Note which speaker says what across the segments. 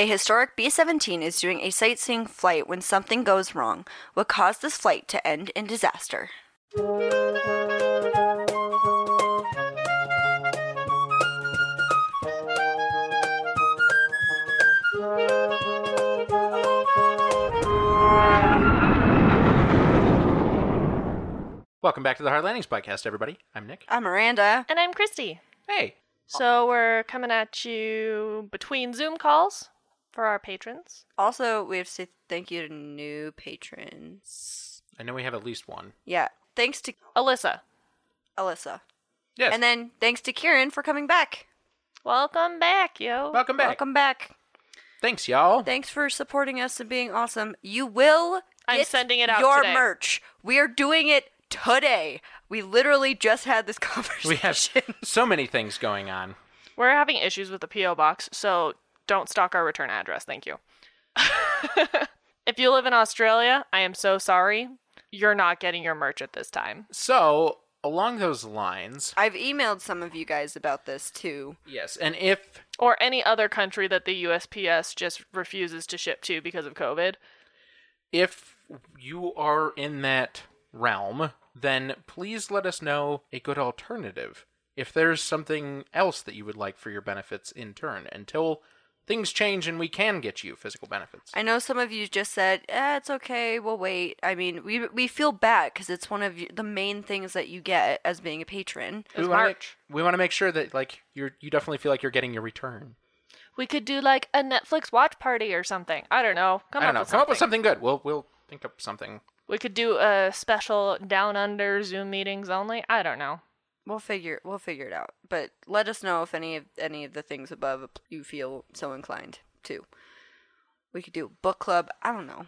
Speaker 1: A historic B 17 is doing a sightseeing flight when something goes wrong. What caused this flight to end in disaster?
Speaker 2: Welcome back to the Hard Landings podcast, everybody. I'm Nick.
Speaker 1: I'm Miranda.
Speaker 3: And I'm
Speaker 2: Oh.
Speaker 3: Christy.
Speaker 2: Hey,
Speaker 3: So we're coming at you between Zoom calls for our patrons.
Speaker 1: Also, we have to say thank you to new patrons.
Speaker 2: I know we have at least one.
Speaker 1: Yeah. Thanks to
Speaker 3: Alyssa,
Speaker 1: Alyssa.
Speaker 2: Yes.
Speaker 1: And then thanks to Kieran for coming back.
Speaker 3: welcome back, yo.
Speaker 2: welcome back.
Speaker 1: Welcome back.
Speaker 2: Thanks, y'all.
Speaker 1: Thanks for supporting us and being awesome. You will.
Speaker 3: I'm
Speaker 1: get
Speaker 3: sending it out
Speaker 1: Your
Speaker 3: today.
Speaker 1: merch. We are doing it today. We literally just had this conversation.
Speaker 2: we have so many things going on.
Speaker 3: We're having issues with the P.O. box, so don't stalk our return address. Thank you. if you live in Australia, I am so sorry. You're not getting your merch at this time.
Speaker 2: So, along those lines,
Speaker 1: I've emailed some of you guys about this too.
Speaker 2: yes, and if
Speaker 3: Or any other country that the USPS just refuses to ship to because of COVID.
Speaker 2: if you are in that realm, then please let us know a good alternative. If there's something else that you would like for your benefits in turn, until things change and we can get you physical benefits.
Speaker 1: I know some of you just said, eh, "It's okay, we'll wait." I mean, we we feel bad because it's one of you, the main things that you get as being a patron.
Speaker 2: we
Speaker 3: It's
Speaker 2: wanna make-
Speaker 3: March.
Speaker 2: we want to make sure that like you're you definitely feel like you're getting your return.
Speaker 3: We could do like a Netflix watch party or something. I don't know. Come
Speaker 2: I
Speaker 3: up
Speaker 2: don't know.
Speaker 3: with
Speaker 2: Come up with
Speaker 3: something.
Speaker 2: something good. We'll we'll think up something.
Speaker 3: We could do a special down under Zoom meetings only. I don't know.
Speaker 1: We'll figure we'll figure it out. But let us know if any of any of the things above you feel so inclined to. We could do a book club. I don't know.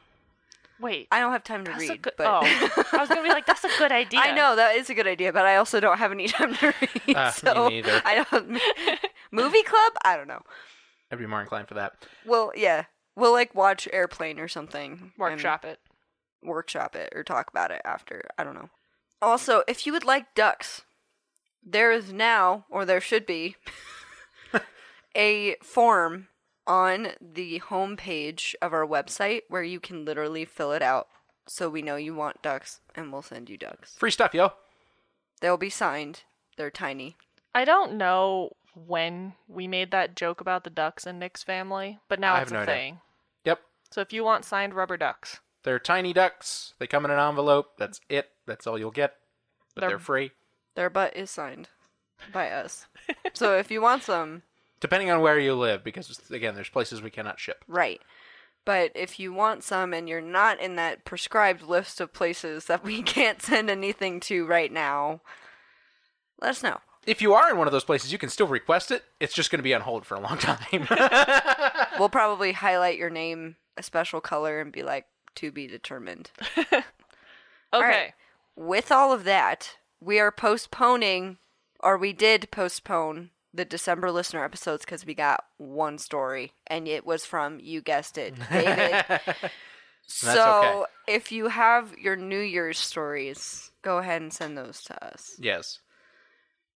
Speaker 3: Wait.
Speaker 1: I don't have time to
Speaker 3: that's a
Speaker 1: read,
Speaker 3: good.
Speaker 1: but
Speaker 3: Oh, I was gonna be like, that's a good idea.
Speaker 1: I know that is a good idea, but I also don't have any time to read.
Speaker 2: Uh, me
Speaker 1: so
Speaker 2: neither.
Speaker 1: I don't. movie club? I don't know.
Speaker 2: I'd be more inclined for that.
Speaker 1: Well, yeah, we'll like watch airplane or something. and-
Speaker 3: Workshop it.
Speaker 1: workshop it or talk about it after. I don't know. Also, if you would like ducks, there is now, or there should be, a form on the homepage of our website where you can literally fill it out so we know you want ducks and we'll send you ducks.
Speaker 2: Free stuff, yo.
Speaker 1: They'll be signed. They're tiny.
Speaker 3: I don't know when we made that joke about the ducks in Nick's family, but now
Speaker 2: I
Speaker 3: it's
Speaker 2: have
Speaker 3: a
Speaker 2: no idea.
Speaker 3: thing.
Speaker 2: Yep.
Speaker 3: So if you want signed rubber ducks,
Speaker 2: They're tiny ducks. They come in an envelope. That's it. That's all you'll get. But they're,
Speaker 3: They're-
Speaker 2: free.
Speaker 1: Their butt is signed by us. so if you want some,
Speaker 2: Depending on where you live, because again, there's places we cannot ship.
Speaker 1: Right. But if you want some and you're not in that prescribed list of places that we can't send anything to right now, let us know.
Speaker 2: If you are in one of those places, you can still request it. It's just going to be on hold for a long time.
Speaker 1: We'll probably highlight your name, a special color, and be like, to be determined.
Speaker 3: okay.
Speaker 1: right. With all of that, we are postponing, or we did postpone, the December listener episodes because we got one story, and it was from, you guessed it, David. so if you have your New Year's stories, go ahead and send those to us.
Speaker 2: yes.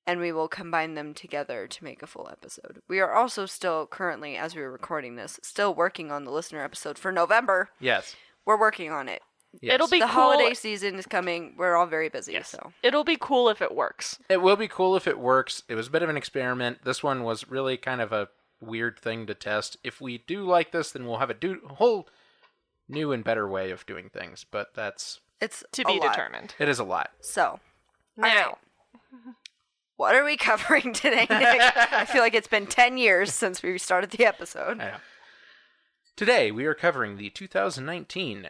Speaker 1: and we will combine them together to make a full episode. We are also still currently, as we are recording this, still working on the listener episode for November.
Speaker 2: Yes.
Speaker 1: We're working on it.
Speaker 2: Yes.
Speaker 3: It'll be
Speaker 1: the
Speaker 3: cool.
Speaker 1: holiday season is coming. We're all very busy, so
Speaker 3: It'll be cool if it works.
Speaker 2: It will be cool if it works. It was a bit of an experiment. This one was really kind of a weird thing to test. If we do like this, then we'll have a do- whole new and better way of doing things. But that's
Speaker 1: it's
Speaker 3: To
Speaker 1: a
Speaker 3: be
Speaker 1: lot.
Speaker 3: determined.
Speaker 2: it is a lot.
Speaker 1: So,
Speaker 3: Now,
Speaker 1: right. what are we covering today, Nick? I feel like it's been ten years since we started the episode.
Speaker 2: I know. Today we are covering the 2019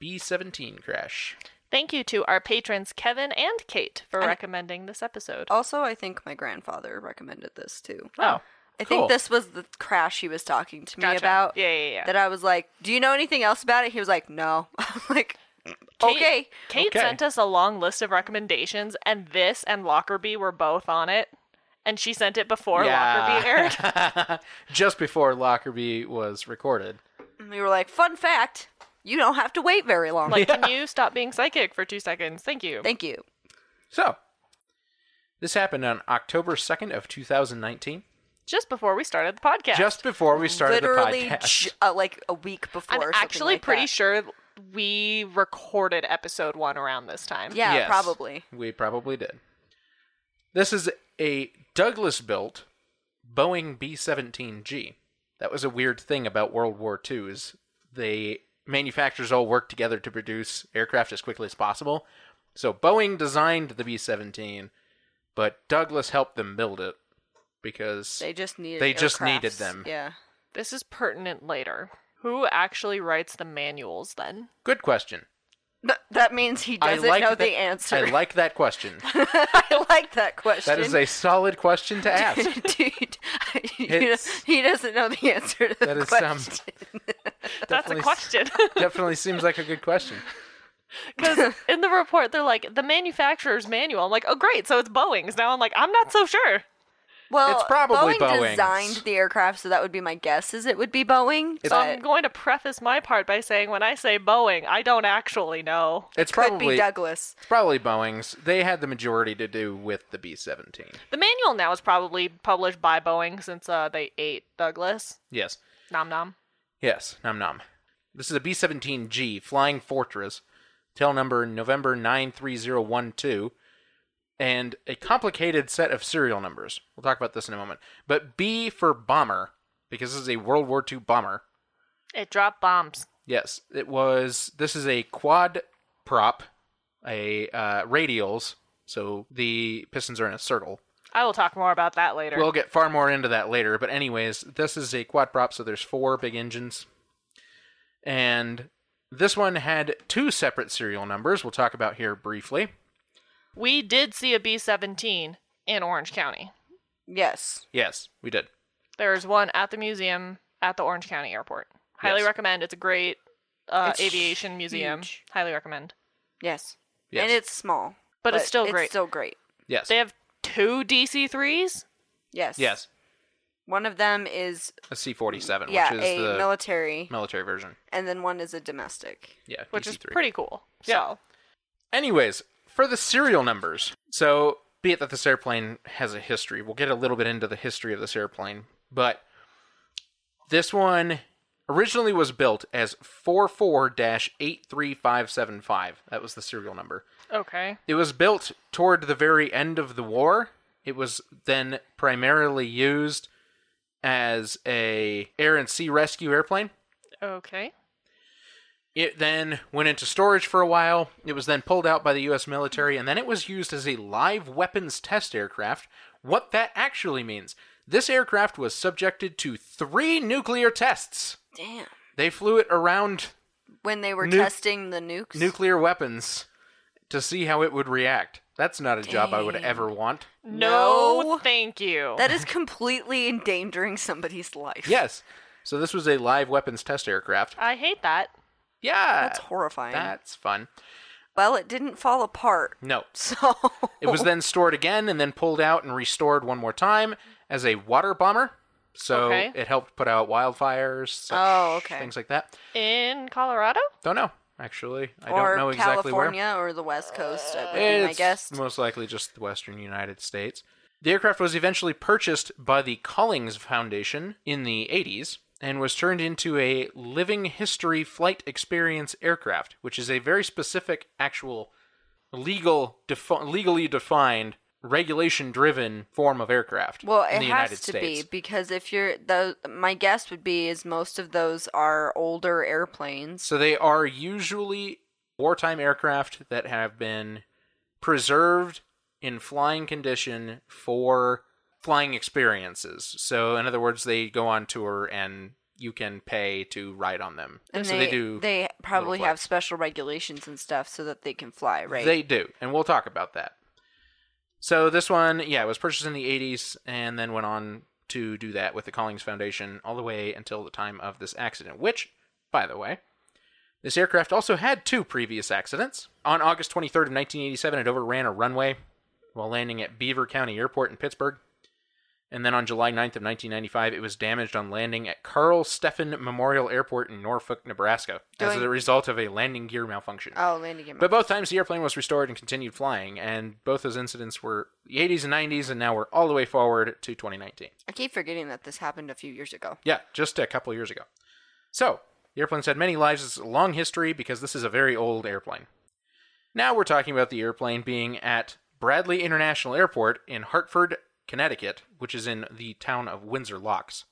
Speaker 2: B17 crash.
Speaker 3: thank you to our patrons Kevin and Kate for recommending this episode.
Speaker 1: Also, I think my grandfather recommended this too.
Speaker 2: Oh,
Speaker 1: I
Speaker 2: cool.
Speaker 1: think this was the crash he was talking to me
Speaker 3: Gotcha.
Speaker 1: about.
Speaker 3: Yeah, yeah, yeah.
Speaker 1: that I was like, "Do you know anything else about it?" He was like, "No." I'm like,
Speaker 3: Kate-
Speaker 1: "Okay."
Speaker 3: Kate
Speaker 2: Okay.
Speaker 3: sent us a long list of recommendations, and this and Lockerbie were both on it. And she sent it before Lockerbie aired.
Speaker 2: just before Lockerbie was recorded.
Speaker 1: And we were like, "Fun fact: You don't have to wait very long."
Speaker 3: Like, can you stop being psychic for two seconds? Thank you.
Speaker 1: Thank you.
Speaker 2: So, this happened on October 2nd of 2019
Speaker 3: just before we started the podcast.
Speaker 2: Just before we started
Speaker 1: Literally,
Speaker 2: the podcast.
Speaker 1: j- uh, like a week before.
Speaker 3: I'm
Speaker 1: or something
Speaker 3: actually
Speaker 1: like
Speaker 3: pretty
Speaker 1: that.
Speaker 3: sure we recorded episode one around this time.
Speaker 1: Yeah,
Speaker 2: Yes,
Speaker 1: probably.
Speaker 2: We probably did. This is a Douglas built Boeing B 17G. That was a weird thing about World War II is the manufacturers all worked together to produce aircraft as quickly as possible. So Boeing designed the B 17, but Douglas helped them build it because
Speaker 1: They just needed.
Speaker 2: They just needed
Speaker 1: aircrafts.
Speaker 2: them.
Speaker 1: Yeah.
Speaker 3: This is pertinent later. Who actually writes the manuals then?
Speaker 2: good question.
Speaker 1: Th- that means he doesn't know
Speaker 2: that-
Speaker 1: the answer.
Speaker 2: I like that question.
Speaker 1: I like that question.
Speaker 2: That is a solid question to ask.
Speaker 1: Dude, you know,
Speaker 2: It's-
Speaker 1: he doesn't know the answer to the
Speaker 2: That is some-
Speaker 1: question.
Speaker 3: That's a
Speaker 2: Definitely-
Speaker 3: question.
Speaker 2: Definitely seems like a good question.
Speaker 3: Because in the report, they're like, the manufacturer's manual. I'm like, oh, great. So it's Boeing's. Now I'm like, I'm not so sure.
Speaker 1: Well,
Speaker 2: It's probably
Speaker 1: Boeing
Speaker 2: Boeing's.
Speaker 1: designed the aircraft, so that would be my guess. Is it would be Boeing?
Speaker 2: It's-
Speaker 3: So I'm
Speaker 1: but
Speaker 3: going to preface my part by saying when I say Boeing, I don't actually know.
Speaker 2: It's
Speaker 1: could
Speaker 2: probably
Speaker 1: be Douglas.
Speaker 2: Probably Boeing's. They had the majority to do with the B 17.
Speaker 3: The manual now is probably published by Boeing since uh, they ate Douglas.
Speaker 2: Yes.
Speaker 3: Nom nom.
Speaker 2: Yes. Nom nom. This is a B 17G Flying Fortress, tail number November 93012, and a complicated set of serial numbers. We'll talk about this in a moment. But B for bomber, because this is a World War II bomber.
Speaker 3: It dropped bombs.
Speaker 2: Yes, it was. This is a quad prop, a uh, radials, so the pistons are in a circle.
Speaker 3: I will talk more about that later.
Speaker 2: We'll get far more into that later, but anyways, this is a quad prop, so there's four big engines. And this one had two separate serial numbers we'll talk about here briefly.
Speaker 3: we did see a B 17 in Orange County.
Speaker 1: Yes.
Speaker 2: Yes, we did.
Speaker 3: There is one at the museum at the Orange County airport. Highly
Speaker 2: Yes.
Speaker 3: recommend. It's a great uh,
Speaker 1: It's
Speaker 3: aviation museum.
Speaker 1: huge.
Speaker 3: Highly recommend.
Speaker 1: Yes.
Speaker 2: Yes.
Speaker 1: And it's small,
Speaker 3: But, it's still great.
Speaker 1: It's still great.
Speaker 2: yes.
Speaker 3: They have two DC threes.
Speaker 1: Yes.
Speaker 2: yes.
Speaker 1: One of them is
Speaker 2: A C forty seven,
Speaker 1: yeah
Speaker 2: which is
Speaker 1: a
Speaker 2: the
Speaker 1: military,
Speaker 2: military version.
Speaker 1: and then one is a domestic.
Speaker 2: Yeah. E
Speaker 3: which is
Speaker 2: DC-3.
Speaker 3: pretty cool.
Speaker 2: Yeah.
Speaker 3: So
Speaker 2: Anyways, for the serial numbers, so be it that this airplane has a history, we'll get a little bit into the history of this airplane, but this one originally was built as 44 83575. That was the serial number.
Speaker 3: okay,
Speaker 2: It was built toward the very end of the war. It was then primarily used as a air and sea rescue airplane.
Speaker 3: okay,
Speaker 2: It then went into storage for a while. It was then pulled out by the U.S. military, and then it was used as a live weapons test aircraft. What that actually means this aircraft was subjected to three nuclear tests.
Speaker 1: Damn.
Speaker 2: They flew it around
Speaker 1: When they were
Speaker 2: Nu-
Speaker 1: testing the nukes.
Speaker 2: nuclear weapons to see how it would react. That's not a job I would
Speaker 1: Dang.
Speaker 2: ever want.
Speaker 3: no,
Speaker 1: No.
Speaker 3: thank you.
Speaker 1: That is completely endangering somebody's life.
Speaker 2: Yes. So this was a live weapons test aircraft.
Speaker 3: I hate that.
Speaker 2: Yeah.
Speaker 1: That's horrifying.
Speaker 2: That's fun.
Speaker 1: Well, it didn't fall apart.
Speaker 2: No.
Speaker 1: So
Speaker 2: It was then stored again and then pulled out and restored one more time as a water bomber. So
Speaker 3: Okay.
Speaker 2: it helped put out wildfires, such
Speaker 1: Oh, okay.
Speaker 2: things like that.
Speaker 3: In Colorado,
Speaker 2: Don't know, actually. I
Speaker 1: or
Speaker 2: don't know exactly where.
Speaker 1: California or the West Coast, I would be my
Speaker 2: It's
Speaker 1: guess.
Speaker 2: most likely just the western United States. The aircraft was eventually purchased by the Collings Foundation in the 80s and was turned into a living history flight experience aircraft, which is a very specific actual legal defi- legally defined regulation driven form of aircraft
Speaker 1: Well,
Speaker 2: in
Speaker 1: it
Speaker 2: the
Speaker 1: has
Speaker 2: United
Speaker 1: to
Speaker 2: States.
Speaker 1: be because if you're the my guess would be is most of those are older airplanes.
Speaker 2: So they are usually wartime aircraft that have been preserved in flying condition for flying experiences. So in other words, they go on tour and you can pay to ride on them.
Speaker 1: And
Speaker 2: so they, do
Speaker 1: they probably
Speaker 2: flights.
Speaker 1: have special regulations and stuff so that they can fly, right?
Speaker 2: They do, and we'll talk about that. So this one, yeah, it was purchased in the 80s and then went on to do that with the Collings Foundation all the way until the time of this accident, which, by the way, this aircraft also had two previous accidents. On August 23rd of 1987, it overran a runway while landing at Beaver County Airport in Pittsburgh. And then on July 9th of 1995, it was damaged on landing at Carl Steffen Memorial Airport in Norfolk, Nebraska, as
Speaker 1: Doing-
Speaker 2: a result of a landing gear malfunction.
Speaker 1: Oh, landing gear.
Speaker 2: But both times the airplane was restored and continued flying, and both those incidents were the 80s and 90s, and now we're all the way forward to 2019.
Speaker 1: I keep forgetting that this happened a few years ago.
Speaker 2: Yeah, just a couple years ago. So, the airplane's had many lives. It's a long history because this is a very old airplane. Now we're talking about the airplane being at Bradley International Airport in Hartford, Connecticut, which is in the town of Windsor Locks,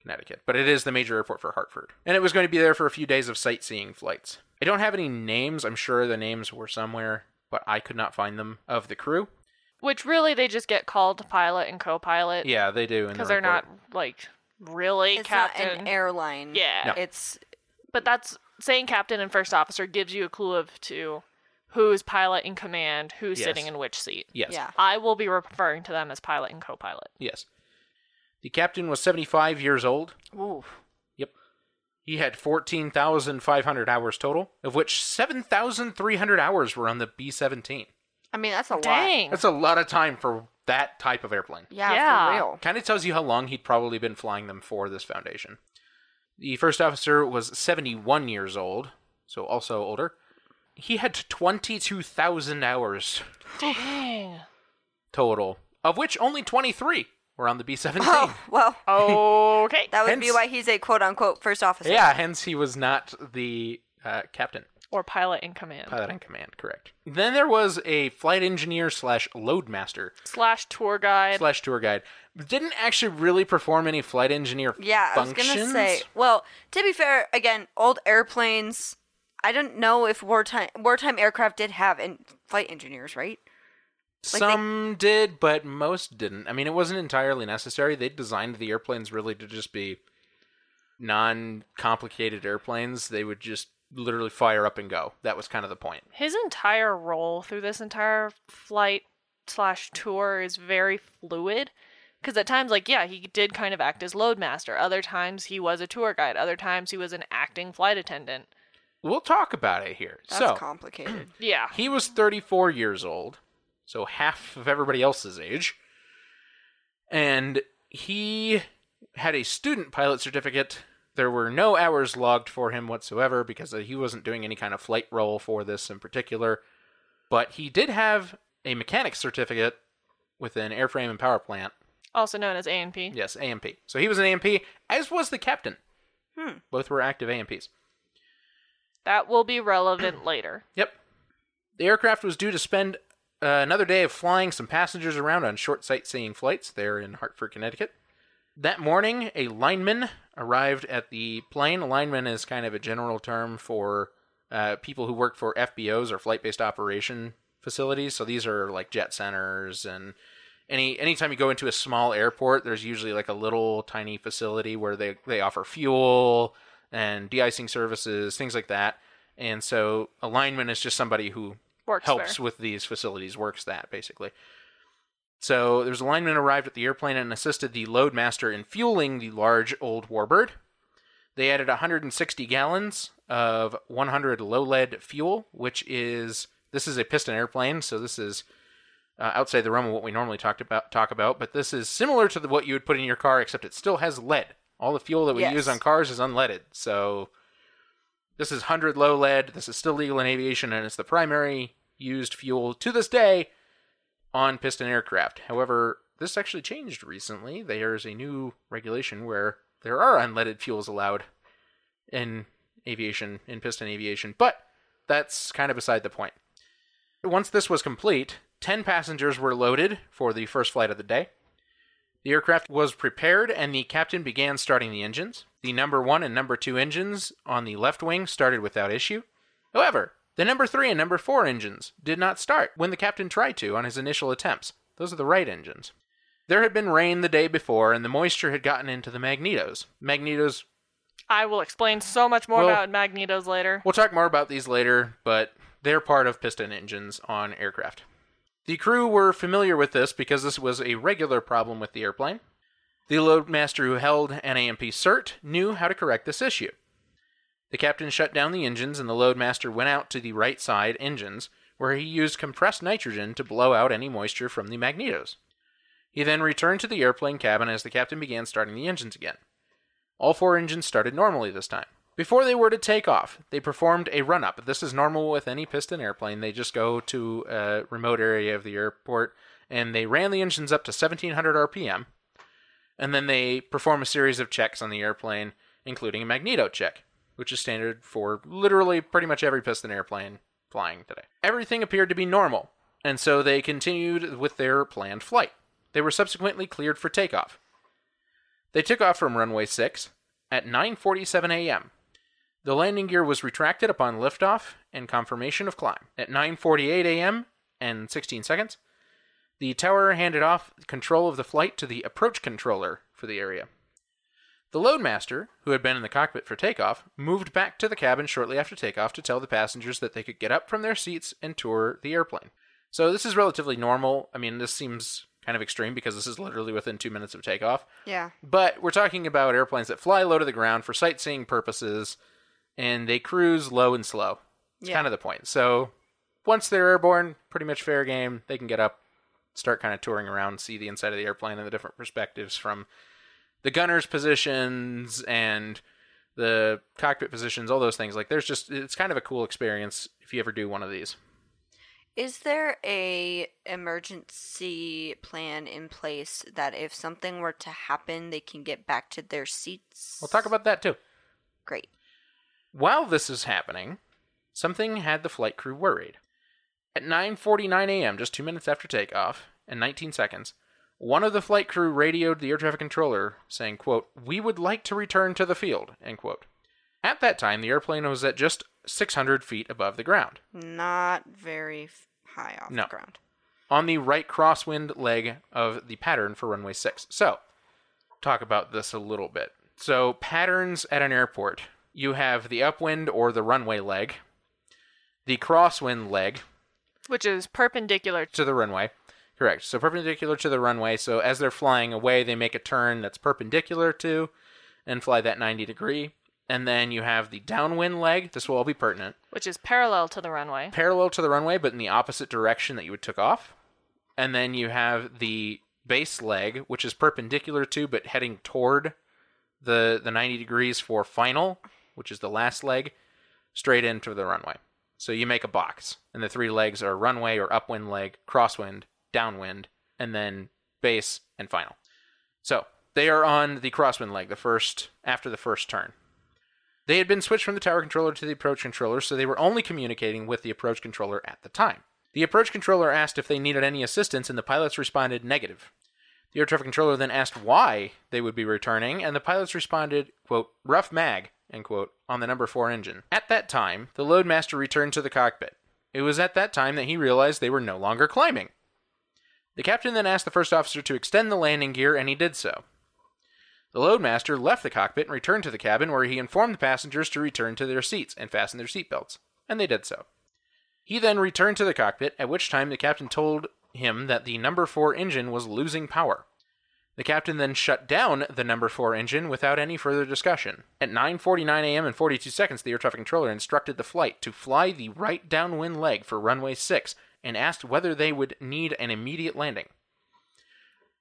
Speaker 2: Connecticut. But it is the major airport for Hartford. And it was going to be there for a few days of sightseeing flights. I don't have any names. I'm sure the names were somewhere, but I could not find them of the crew.
Speaker 3: Which really they just get called pilot and co-pilot
Speaker 2: Yeah, they do. in the
Speaker 3: because they're
Speaker 2: report.
Speaker 3: not like really
Speaker 1: It's not
Speaker 3: captain.
Speaker 1: an airline.
Speaker 3: Yeah. No.
Speaker 1: It's
Speaker 3: but that's saying captain and first officer gives you a clue of to who's pilot in command, who's
Speaker 2: Yes.
Speaker 3: sitting in which seat.
Speaker 2: Yes.
Speaker 1: yeah.
Speaker 3: I will be referring to them as pilot and co-pilot.
Speaker 2: Yes. The captain was 75 years old.
Speaker 1: Ooh.
Speaker 2: Yep. He had 14,500 hours total, of which 7,300 hours were on the B 17.
Speaker 1: I mean, that's a lot.
Speaker 3: Dang.
Speaker 2: That's a lot of time for that type of airplane.
Speaker 1: Yeah,
Speaker 3: Yeah.
Speaker 1: for real.
Speaker 2: Kind of tells you how long he'd probably been flying them for this foundation. The first officer was 71 years old, so also older. He had 22,000 hours
Speaker 3: Dang.
Speaker 2: total, of which only 23 were on the B 17.
Speaker 1: Oh, well,
Speaker 3: Okay.
Speaker 1: that would be
Speaker 2: Hence-
Speaker 1: why he's a quote unquote first officer.
Speaker 2: Yeah, hence he was not the uh, captain.
Speaker 3: or pilot in command.
Speaker 2: Pilot in command, correct. Then there was a flight engineer slash loadmaster
Speaker 3: Slash tour guide.
Speaker 2: slash tour guide. Didn't actually really perform any flight engineer
Speaker 1: Yeah,
Speaker 2: functions.
Speaker 1: I was gonna say. Well, to be fair, again, old airplanes. I don't know if wartime wartime aircraft did have in flight engineers, right? like they-
Speaker 2: Some did, but most didn't. I mean, it wasn't entirely necessary. They designed the airplanes really to just be non complicated airplanes. They would just literally fire up and go. That was kind of the point.
Speaker 3: His entire role through this entire flight slash tour is very fluid. Because at times, like, yeah, he did kind of act as loadmaster. Other times, he was a tour guide. Other times, he was an acting flight attendant.
Speaker 2: We'll talk about it here.
Speaker 1: That's
Speaker 2: so,
Speaker 1: complicated.
Speaker 3: Yeah.
Speaker 2: He was 34 years old, so half of everybody else's age. And he had a student pilot certificate. There were no hours logged for him whatsoever because he wasn't doing any kind of flight role for this in particular. But he did have a mechanics certificate with an airframe and power plant.
Speaker 3: Also known as ANP.
Speaker 2: Yes, AMP. So he was an AMP, as was the captain.
Speaker 1: Hmm.
Speaker 2: Both were active AMPs.
Speaker 3: That will be relevant later.
Speaker 2: Yep. The aircraft was due to spend uh, another day of flying some passengers around on short sightseeing flights there in Hartford, Connecticut. That morning, a lineman arrived at the plane. A lineman is kind of a general term for uh, people who work for FBOs or flight based operation facilities. So these are like jet centers and any anytime you go into a small airport, there's usually like a little tiny facility where they they offer fuel and de-icing services, things like that. And so a lineman is just somebody who
Speaker 3: Works
Speaker 2: helps
Speaker 3: there.
Speaker 2: with these facilities, works that basically. So there's a lineman arrived at the airplane and assisted the loadmaster in fueling the large old warbird. They added 160 gallons of 100 low lead fuel, which is this is a piston airplane, so this is uh, outside the realm of what we normally talked about talk about. But this is similar to the, what you would put in your car, except it still has lead. All the fuel that we
Speaker 1: Yes.
Speaker 2: use on cars is unleaded, so this is 100 low lead. This is still legal in aviation, and it's the primary used fuel to this day on piston aircraft. However, this actually changed recently. There is a new regulation where there are unleaded fuels allowed in aviation, in piston aviation, but that's kind of beside the point. Once this was complete, 10 passengers were loaded for the first flight of the day. The aircraft was prepared and the captain began starting the engines. The number one and number two engines on the left wing started without issue. However, the number three and number four engines did not start when the captain tried to on his initial attempts. Those are the right engines. There had been rain the day before and the moisture had gotten into the magnetos. Magnetos,
Speaker 3: I will explain so much more
Speaker 2: Well-
Speaker 3: about magnetos later.
Speaker 2: we'll talk more about these later, but they're part of piston engines on aircraft. The crew were familiar with this because this was a regular problem with the airplane. The loadmaster who held an AMP cert knew how to correct this issue. The captain shut down the engines and the loadmaster went out to the right side engines, where he used compressed nitrogen to blow out any moisture from the magnetos. He then returned to the airplane cabin as the captain began starting the engines again. All four engines started normally this time. Before they were to take off, they performed a run up. This is normal with any piston airplane. They just go to a remote area of the airport and they ran the engines up to 1700 RPM. And then they perform a series of checks on the airplane, including a magneto check, which is standard for literally pretty much every piston airplane flying today. Everything appeared to be normal, and so they continued with their planned flight. They were subsequently cleared for takeoff. They took off from runway 6 at 9:47 a.m. The landing gear was retracted upon liftoff and confirmation of climb. At 9:48 a.m. and 16 seconds, the tower handed off control of the flight to the approach controller for the area. The loadmaster, who had been in the cockpit for takeoff, moved back to the cabin shortly after takeoff to tell the passengers that they could get up from their seats and tour the airplane. So this is relatively normal. I mean, this seems kind of extreme because this is literally within 2 minutes of takeoff,
Speaker 1: Yeah.
Speaker 2: but we're talking about airplanes that fly low to the ground for sightseeing purposes, and they cruise low and slow. It's
Speaker 1: Yeah.
Speaker 2: kind of the point. So once they're airborne, pretty much fair game. They can get up, start kind of touring around, see the inside of the airplane and the different perspectives from the gunner's positions and the cockpit positions, all those things. Like there's just it's kind of a cool experience if you ever do one of these.
Speaker 1: Is there a emergency plan in place that if something were to happen, they can get back to their seats?
Speaker 2: We'll talk about that too.
Speaker 1: Great.
Speaker 2: While this is happening, something had the flight crew worried. At 9:49 a.m., just 2 minutes after takeoff and 19 seconds, one of the flight crew radioed the air traffic controller saying, quote, "We would like to return to the field." End quote. At that time, the airplane was at just 600 feet above the ground,
Speaker 1: Not very f- high off
Speaker 2: No.
Speaker 1: the ground.
Speaker 2: on the right crosswind leg of the pattern for runway 6. So, talk about this a little bit. So, patterns at an airport. You have the upwind or the runway leg, the crosswind leg,
Speaker 3: which is perpendicular.
Speaker 2: to the runway. Correct. So perpendicular to the runway. So as they're flying away, they make a turn that's perpendicular to and fly that 90 degree. And then you have the downwind leg. This will all be pertinent.
Speaker 3: Which is parallel to the runway.
Speaker 2: Parallel to the runway, but in the opposite direction that you would took off. And then you have the base leg, which is perpendicular to but heading toward the the 90 degrees for final, which is the last leg, straight into the runway. So you make a box, and the three legs are runway or upwind leg, crosswind, downwind, and then base and final. So they are on the crosswind leg, the first after the first turn. They had been switched from the tower controller to the approach controller, so they were only communicating with the approach controller at the time. The approach controller asked if they needed any assistance, and the pilots responded negative. The air traffic controller then asked why they would be returning, and the pilots responded, quote, rough mag, end quote, on the number four engine. At that time, the loadmaster returned to the cockpit. It was at that time that he realized they were no longer climbing. The captain then asked the first officer to extend the landing gear, and he did so. The loadmaster left the cockpit and returned to the cabin, where he informed the passengers to return to their seats and fasten their seatbelts, and they did so. He then returned to the cockpit, at which time the captain told him that the number four engine was losing power. The captain then shut down the number 4 engine without any further discussion. At 9:49 a.m. and 42 seconds, the air traffic controller instructed the flight to fly the right downwind leg for runway 6 and asked whether they would need an immediate landing.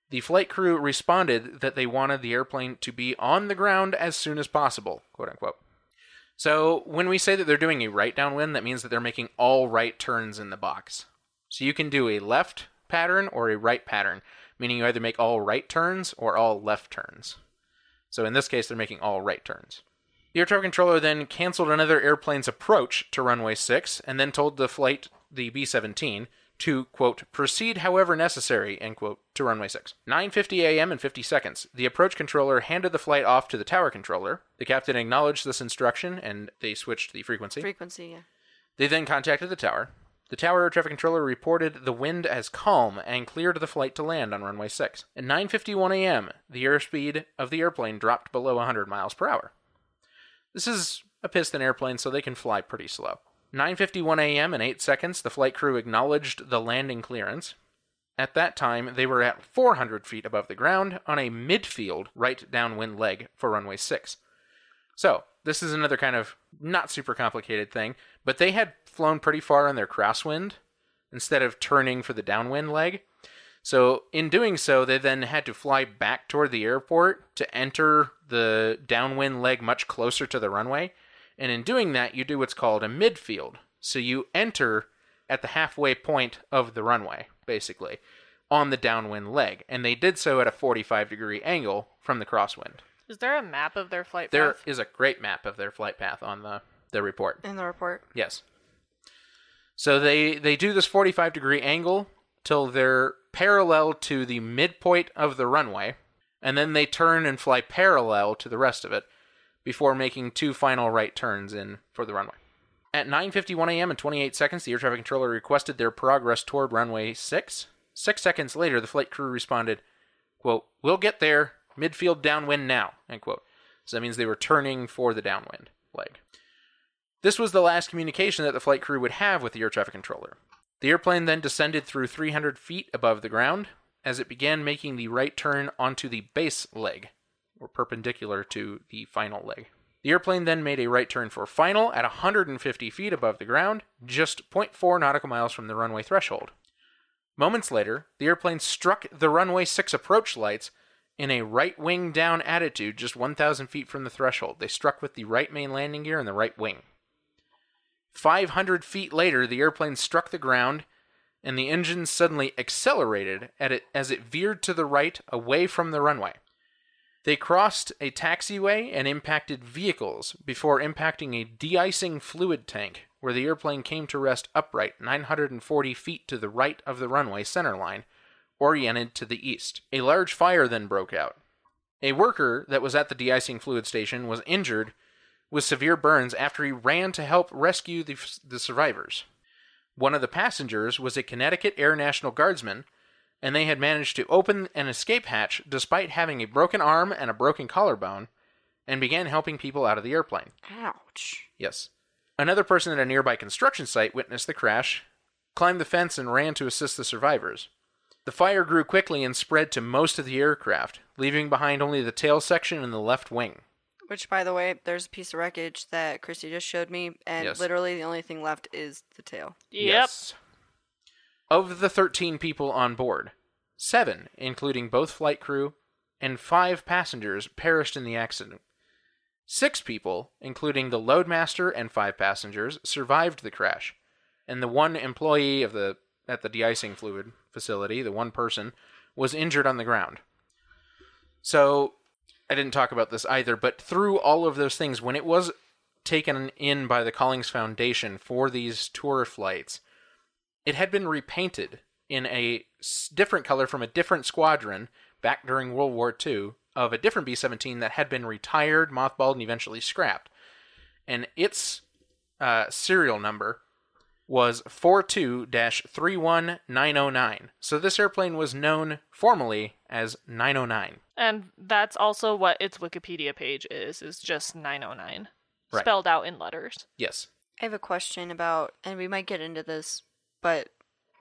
Speaker 2: The flight crew responded that they wanted the airplane to be on the ground as soon as possible, quote unquote. So, when we say that they're doing a right downwind, that means that they're making all right turns in the box. So you can do a left pattern or a right pattern, meaning you either make all right turns or all left turns. So in this case, they're making all right turns. The air traffic controller then canceled another airplane's approach to runway 6 and then told the flight, the B 17, to, quote, proceed however necessary, end quote, to runway 6. 9.50 a.m. and 50 seconds, the approach controller handed the flight off to the tower controller. The captain acknowledged this instruction and they switched the frequency.
Speaker 1: Frequency, yeah.
Speaker 2: They then contacted the tower. The tower air traffic controller reported the wind as calm and cleared the flight to land on runway 6. At 9:51 a.m., the airspeed of the airplane dropped below 100 miles per hour. This is a piston airplane, so they can fly pretty slow. 9:51 a.m. and 8 seconds, the flight crew acknowledged the landing clearance. At that time, they were at 400 feet above the ground on a midfield right downwind leg for runway 6. So, this is another kind of not super complicated thing, but they had flown pretty far on their crosswind instead of turning for the downwind leg. So, in doing so, they then had to fly back toward the airport to enter the downwind leg much closer to the runway. And in doing that, you do what's called a midfield. So, you enter at the halfway point of the runway, basically, on the downwind leg. And they did so at a 45 degree angle from the crosswind.
Speaker 3: Is there a map of their flight
Speaker 2: There
Speaker 3: path?
Speaker 2: is a great map of their flight path on the, the report.
Speaker 1: in the report.
Speaker 2: Yes. So they they do this 45 degree angle till they're parallel to the midpoint of the runway, and then they turn and fly parallel to the rest of it before making two final right turns in for the runway. At 9:51 a.m. and 28 seconds, the air traffic controller requested their progress toward runway 6. 6 seconds later, the flight crew responded, quote, "We'll get there. Midfield downwind now." End quote. So that means they were turning for the downwind leg. This was the last communication that the flight crew would have with the air traffic controller. The airplane then descended through 300 feet above the ground as it began making the right turn onto the base leg, or perpendicular to the final leg. The airplane then made a right turn for final at 150 feet above the ground, just 0.4 nautical miles from the runway threshold. Moments later, the airplane struck the runway 6 approach lights in a right wing down attitude just 1,000 feet from the threshold. They struck with the right main landing gear and the right wing. 500 feet later, the airplane struck the ground and the engine suddenly accelerated at it as it veered to the right away from the runway. They crossed a taxiway and impacted vehicles before impacting a de icing fluid tank where the airplane came to rest upright 940 feet to the right of the runway centerline, oriented to the east. A large fire then broke out. A worker that was at the de icing fluid station was injured with severe burns after he ran to help rescue the, the survivors. One of the passengers was a Connecticut Air National Guardsman, and they had managed to open an escape hatch despite having a broken arm and a broken collarbone, and began helping people out of the airplane.
Speaker 1: Ouch.
Speaker 2: Yes. Another person at a nearby construction site witnessed the crash, climbed the fence, and ran to assist the survivors. The fire grew quickly and spread to most of the aircraft, leaving behind only the tail section and the left wing.
Speaker 1: Which, by the way, there's a piece of wreckage that Christy just showed me, and
Speaker 2: Yes.
Speaker 1: literally the only thing left is the tail.
Speaker 3: Yep.
Speaker 2: Of the 13 people on board, seven, including both flight crew, and five passengers perished in the accident. Six people, including the loadmaster and five passengers, survived the crash, and the one employee of the at the de-icing fluid facility, the one person, was injured on the ground. So, I didn't talk about this either, but through all of those things, when it was taken in by the Collings Foundation for these tour flights, it had been repainted in a s- different color from a different squadron back during World War II of a different B 17 that had been retired, mothballed, and eventually scrapped. And its uh, serial number was 42 31909. So this airplane was known formally as 909.
Speaker 3: And that's also what its Wikipedia page is, is just 909.
Speaker 2: Right.
Speaker 3: Spelled out in letters.
Speaker 2: Yes.
Speaker 1: I have a question about, and we might get into this, but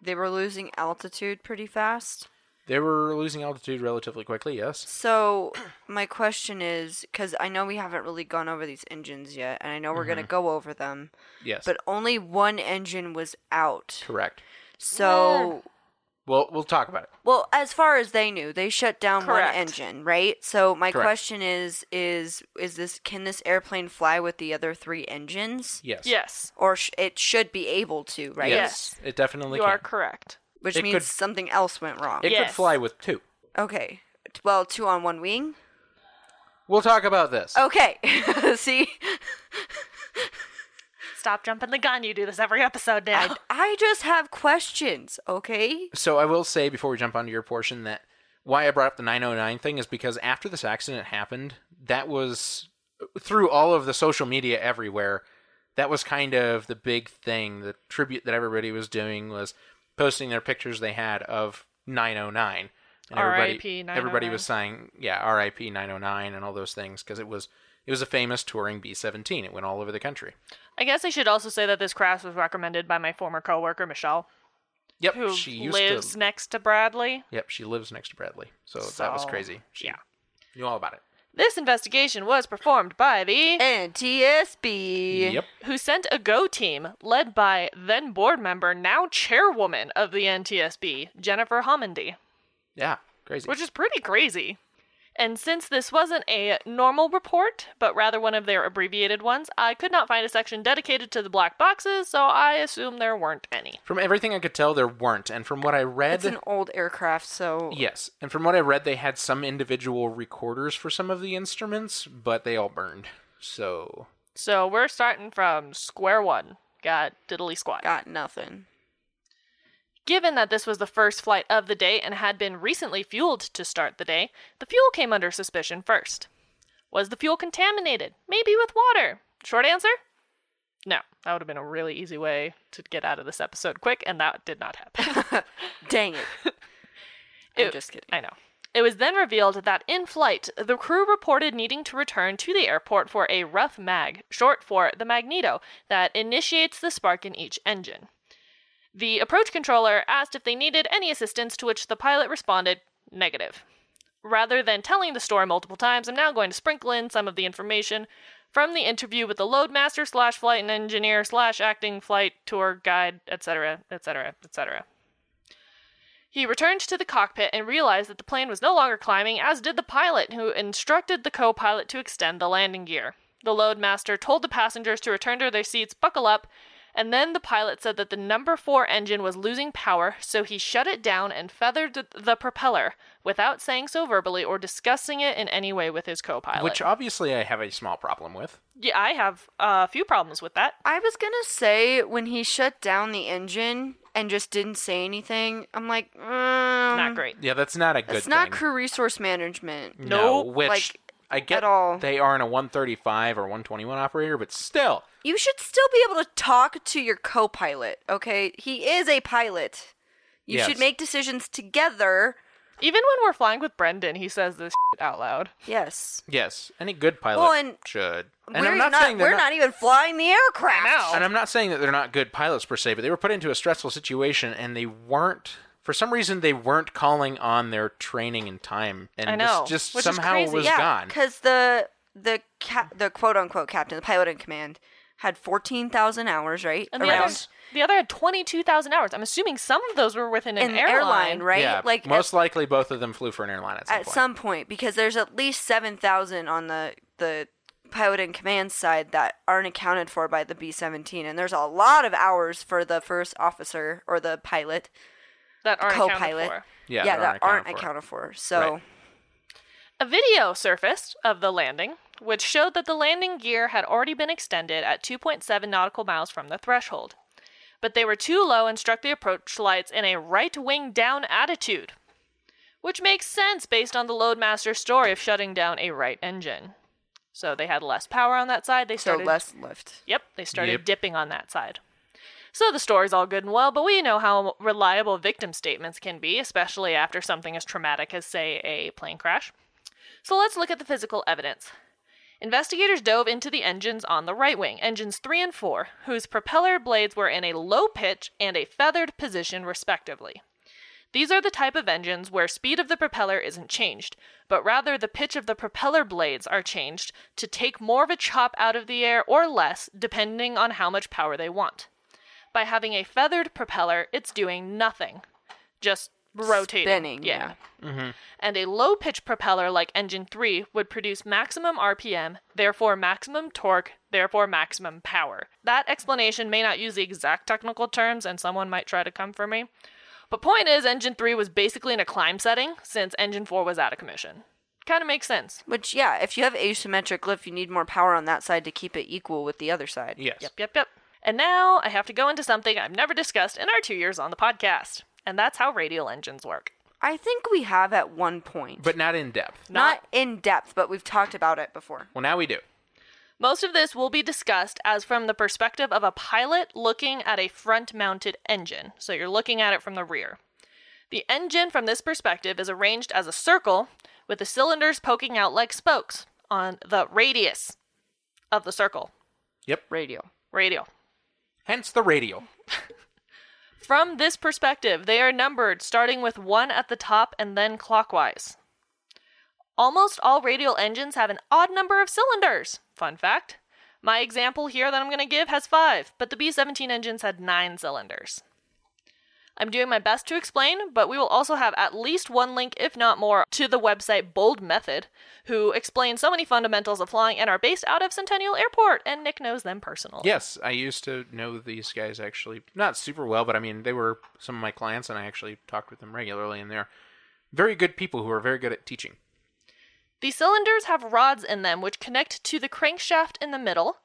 Speaker 1: they were losing altitude pretty fast.
Speaker 2: They were losing altitude relatively quickly, yes.
Speaker 1: So, my question is because I know we haven't really gone over these engines yet, and I know we're going to go over them,
Speaker 2: Yes.
Speaker 1: but only one engine was out.
Speaker 2: correct.
Speaker 1: So,
Speaker 2: Well, we'll talk about it.
Speaker 1: well, as far as they knew, they shut down
Speaker 3: Correct.
Speaker 1: one engine, right? So, my
Speaker 2: Correct.
Speaker 1: question is is is this can this airplane fly with the other three engines?
Speaker 2: Yes.
Speaker 3: Yes.
Speaker 1: Or sh- it should be able to, right?
Speaker 2: Yes. It definitely
Speaker 3: you
Speaker 2: can.
Speaker 3: are correct.
Speaker 1: Which
Speaker 2: It
Speaker 1: means
Speaker 2: could-
Speaker 1: something else went wrong.
Speaker 2: It could
Speaker 3: Yes.
Speaker 2: fly with two.
Speaker 1: okay. Well, two on one wing.
Speaker 2: We'll talk about this.
Speaker 1: Okay. See,
Speaker 3: Stop jumping the gun. You do this every episode now.
Speaker 1: I, I just have questions, okay?
Speaker 2: So I will say before we jump onto your portion that why I brought up the 909 thing is because after this accident happened, that was through all of the social media everywhere. That was kind of the big thing. The tribute that everybody was doing was posting their pictures they had of 909. And
Speaker 3: R.I.P.
Speaker 2: everybody,
Speaker 3: 909.
Speaker 2: everybody was saying, yeah, RIP 909 and all those things because it was it was a famous touring B17. It went all over the country.
Speaker 3: I guess I should also say that this crash was recommended by my former coworker Michelle,
Speaker 2: Yep,
Speaker 3: who
Speaker 2: she used
Speaker 3: lives
Speaker 2: to.
Speaker 3: next to Bradley.
Speaker 2: Yep, she lives next to Bradley, so, that was
Speaker 3: So,
Speaker 2: crazy. She
Speaker 3: yeah.
Speaker 2: knew all about it.
Speaker 3: This investigation was performed by
Speaker 2: Eh.
Speaker 3: the
Speaker 1: And TSB.
Speaker 2: Yep.
Speaker 3: who sent a go team led by then board member, now chairwoman of the NTSB, Jennifer Homendy.
Speaker 2: Yeah, crazy.
Speaker 3: which is pretty crazy. And since this wasn't a normal report, but rather one of their abbreviated ones, I could not find a section dedicated to the black boxes, so I assume there weren't any.
Speaker 2: from everything I could tell, there weren't, and from what I read,
Speaker 1: It's an old aircraft, so
Speaker 2: yes, and from what I read, they had some individual recorders for some of the instruments, but they all burned. So
Speaker 3: So we're starting from square one. Got diddly squat.
Speaker 1: got nothing.
Speaker 3: Given that this was the first flight of the day and had been recently fueled to start the day, the fuel came under suspicion first. Was the fuel contaminated? Maybe with water? Short answer? No. That would have been a really easy way to get out of this episode quick, and that did not happen.
Speaker 1: Dang it. I'm
Speaker 3: It-
Speaker 1: just kidding.
Speaker 3: I know. It was then revealed that in flight, the crew reported needing to return to the airport for a rough mag, short for the magneto, that initiates the spark in each engine. The approach controller asked if they needed any assistance, to which the pilot responded, negative. Rather than telling the story multiple times, I'm now going to sprinkle in some of the information from the interview with the loadmaster slash flight and engineer slash acting flight tour guide, etc., etc., etc. He returned to the cockpit and realized that the plane was no longer climbing, as did the pilot, who instructed the co pilot to extend the landing gear. The loadmaster told the passengers to return to their seats, buckle up, and then the pilot said that the number four engine was losing power, so he shut it down and feathered th- the propeller without saying so verbally or discussing it in any way with his co pilot.
Speaker 2: Which obviously I have a small problem with.
Speaker 3: yeah, I have uh, a few problems with that.
Speaker 1: I was gonna say when he shut down the engine and just didn't say anything. I'm like, mm,
Speaker 3: Not great.
Speaker 2: Yeah, that's not a good
Speaker 1: It's not
Speaker 2: thing. Mm.
Speaker 1: crew resource management.
Speaker 2: no,
Speaker 3: Nope,
Speaker 2: which
Speaker 1: like,
Speaker 2: I get
Speaker 1: at all.
Speaker 2: they aren't a 135 or 121 operator, but still,
Speaker 1: You should still be able to talk to your co-pilot. Okay, he is a pilot. You
Speaker 2: Yes.
Speaker 1: should make decisions together.
Speaker 3: Even when we're flying with Brendan, he says this shit out loud.
Speaker 1: Yes,
Speaker 2: yes, any good pilot
Speaker 1: Well, and
Speaker 2: should. And
Speaker 1: we're
Speaker 2: I'm not, saying they're
Speaker 1: we're not even flying the aircraft.
Speaker 3: I know.
Speaker 2: And I'm not saying that they're not good pilots per se, but they were put into a stressful situation and they weren't for some reason they weren't calling on their training in time and
Speaker 3: I know,
Speaker 2: this just
Speaker 3: which is
Speaker 2: somehow
Speaker 3: crazy.
Speaker 2: was
Speaker 1: Yeah,
Speaker 2: gone.
Speaker 1: because the the cap, the quote unquote captain, the pilot in command, had fourteen thousand hours, right?
Speaker 3: And the
Speaker 1: Around
Speaker 3: other, the other had 22,000 hours. I'm assuming some of those were within an,
Speaker 1: an airline, right?
Speaker 2: Yeah,
Speaker 1: like at-
Speaker 2: most likely both of them flew for an airline at some
Speaker 1: at
Speaker 2: point.
Speaker 1: some point because there's at least 7,000 on the the pilot and command side that aren't accounted for by the B17 and there's a lot of hours for the first officer or the pilot
Speaker 3: that aren't
Speaker 1: co-pilot.
Speaker 3: accounted for.
Speaker 2: yeah,
Speaker 1: yeah
Speaker 2: they're
Speaker 1: that aren't
Speaker 2: for.
Speaker 1: accounted for so
Speaker 2: Right.
Speaker 3: A video surfaced of the landing, which showed that the landing gear had already been extended at 2.7 nautical miles from the threshold. But they were too low and struck the approach lights in a right wing down attitude, which makes sense based on the Loadmaster's story of shutting down a right engine. So they had less power on that side. They
Speaker 1: so
Speaker 3: started
Speaker 1: less lift
Speaker 3: Yep, they started
Speaker 2: Yep.
Speaker 3: dipping on that side. So the story's all good and well, but we know how reliable victim statements can be, especially after something as traumatic as, say, a plane crash. So let's look at the physical evidence. Investigators dove into the engines on the right wing, engines 3 and 4, whose propeller blades were in a low pitch and a feathered position, respectively. These are the type of engines where speed of the propeller isn't changed, but rather the pitch of the propeller blades are changed to take more of a chop out of the air or less, depending on how much power they want. By having a feathered propeller, it's doing nothing, just rotating.
Speaker 1: spinning yeah.
Speaker 3: And a low pitch propeller like engine 3 would produce maximum RPM, therefore maximum torque, therefore maximum power. That explanation may not use the exact technical terms, and someone might try to come for me. But point is, engine 3 was basically in a climb setting since engine 4 was out of commission. Kind of makes sense.
Speaker 1: which yeah if you have asymmetric lift you need more power on that side to keep it equal with the other side
Speaker 2: Yes.
Speaker 3: Yep, yep, yep. And now I have to go into something I've never discussed in our two years on the podcast, and that's how radial engines work.
Speaker 1: i think we have at one point
Speaker 2: But not in depth.
Speaker 1: not in depth but we've talked about it before
Speaker 2: Well, now we do.
Speaker 3: Most of this will be discussed as from the perspective of a pilot looking at a front mounted engine. So you're looking at it from the rear. The engine from this perspective is arranged as a circle with the cylinders poking out like spokes on the radius of the circle.
Speaker 1: radio
Speaker 3: Radial.
Speaker 2: Hence the radial.
Speaker 3: From this perspective, they are numbered starting with one at the top and then clockwise. Almost all radial engines have an odd number of cylinders. Fun fact. My example here that I'm going to give has five, but the B 17 engines had nine cylinders. I'm doing my best to explain, but we will also have at least one link, if not more, to the website Bold Method, who explain so many fundamentals of flying and are based out of Centennial Airport, and Nick knows them personally.
Speaker 2: Yes, I used to know these guys actually not super well, but I mean they were some of my clients, and I actually talked with them regularly, and they're very good people who are very good at teaching.
Speaker 3: The cylinders have rods in them which connect to the crankshaft in the middle,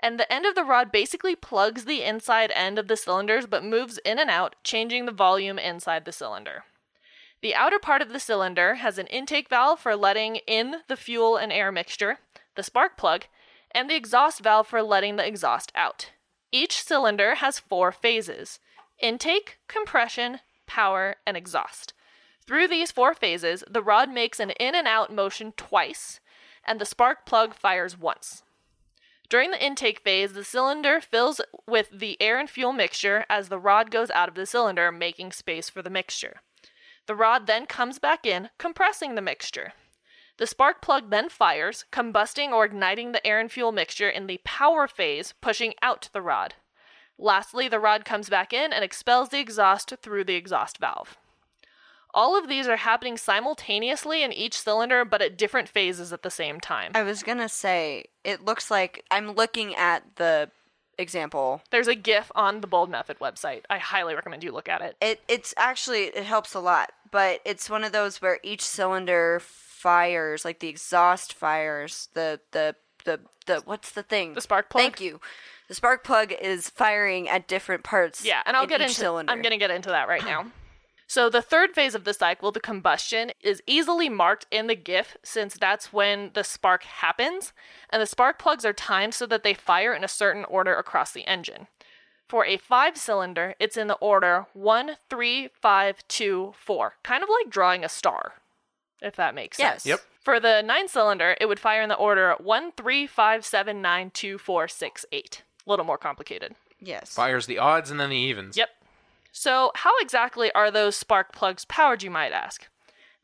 Speaker 3: and the end of the rod basically plugs the inside end of the cylinders but moves in and out, changing the volume inside the cylinder. The outer part of the cylinder has an intake valve for letting in the fuel and air mixture, the spark plug, and the exhaust valve for letting the exhaust out. Each cylinder has four phases intake, compression, power, and exhaust. Through these four phases, the rod makes an in and out motion twice, and the spark plug fires once. During the intake phase, the cylinder fills with the air and fuel mixture as the rod goes out of the cylinder, making space for the mixture. The rod then comes back in, compressing the mixture. The spark plug then fires, combusting or igniting the air and fuel mixture in the power phase, pushing out the rod. Lastly, the rod comes back in and expels the exhaust through the exhaust valve. All of these are happening simultaneously in each cylinder, but at different phases at the same time.
Speaker 1: I was gonna say it looks like I'm looking at the example.
Speaker 3: There's a GIF on the Bold Method website. I highly recommend you look at it.
Speaker 1: It it's actually it helps a lot, but it's one of those where each cylinder fires like the exhaust fires the the the the what's the thing
Speaker 3: The spark plug?
Speaker 1: Thank you. The spark plug is firing at different parts.
Speaker 3: Yeah, and I'll
Speaker 1: in
Speaker 3: get
Speaker 1: each
Speaker 3: into
Speaker 1: cylinder.
Speaker 3: I'm going to get into that right now. So the third phase of the cycle, the combustion, is easily marked in the GIF since that's when the spark happens, and the spark plugs are timed so that they fire in a certain order across the engine. For a five cylinder, it's in the order one, three, five, two, four, kind of like drawing a star, if that makes
Speaker 1: Yes.
Speaker 3: sense.
Speaker 2: Yep.
Speaker 3: For the nine cylinder, it would fire in the order one, three, five, seven, nine, two, four, six, eight. A little more complicated.
Speaker 1: Yes.
Speaker 2: Fires the odds and then the evens.
Speaker 3: Yep. So, how exactly are those spark plugs powered, you might ask?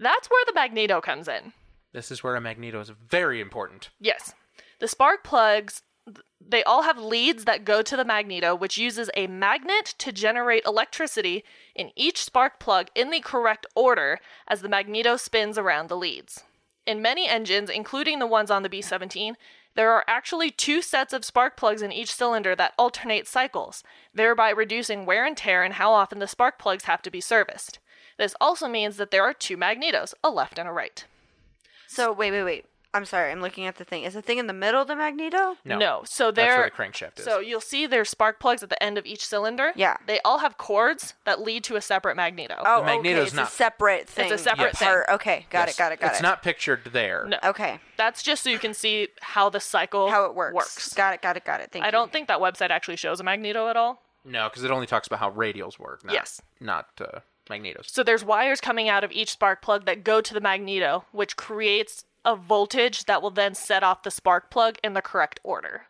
Speaker 3: That's where the magneto comes in.
Speaker 2: This is where a magneto is very important.
Speaker 3: Yes. The spark plugs, th- they all have leads that go to the magneto, which uses a magnet to generate electricity in each spark plug in the correct order as the magneto spins around the leads. In many engines, including the ones on the B 17, there are actually two sets of spark plugs in each cylinder that alternate cycles, thereby reducing wear and tear and how often the spark plugs have to be serviced. This also means that there are two magnetos, a left and a right.
Speaker 1: So wait, wait, wait. I'm sorry. I'm looking at the thing. Is the thing in the middle the magneto?
Speaker 2: No.
Speaker 3: so
Speaker 2: That's
Speaker 3: there
Speaker 2: where the crankshaft is.
Speaker 3: So you'll see there's spark plugs at the end of each cylinder.
Speaker 1: Yeah.
Speaker 3: They all have cords that lead to a separate magneto.
Speaker 1: Oh, okay.
Speaker 2: magneto's
Speaker 1: It's
Speaker 2: not-
Speaker 1: a separate thing.
Speaker 3: separate
Speaker 1: Yeah. Part- Okay, got
Speaker 2: Yes.
Speaker 1: it, got it, got
Speaker 2: it's
Speaker 1: it.
Speaker 2: not pictured there.
Speaker 3: No.
Speaker 1: okay.
Speaker 3: That's just so you can see how the cycle
Speaker 1: How it works. Got it, got it, got it. Thank
Speaker 3: Oh, I
Speaker 1: you.
Speaker 3: don't think that website actually shows a magneto at all.
Speaker 2: No, because it only talks about how radials work. Not,
Speaker 3: Yes.
Speaker 2: Not uh, magnetos.
Speaker 3: So there's wires coming out of each spark plug that go to the magneto, which creates a voltage that will then set off the spark plug in the correct order.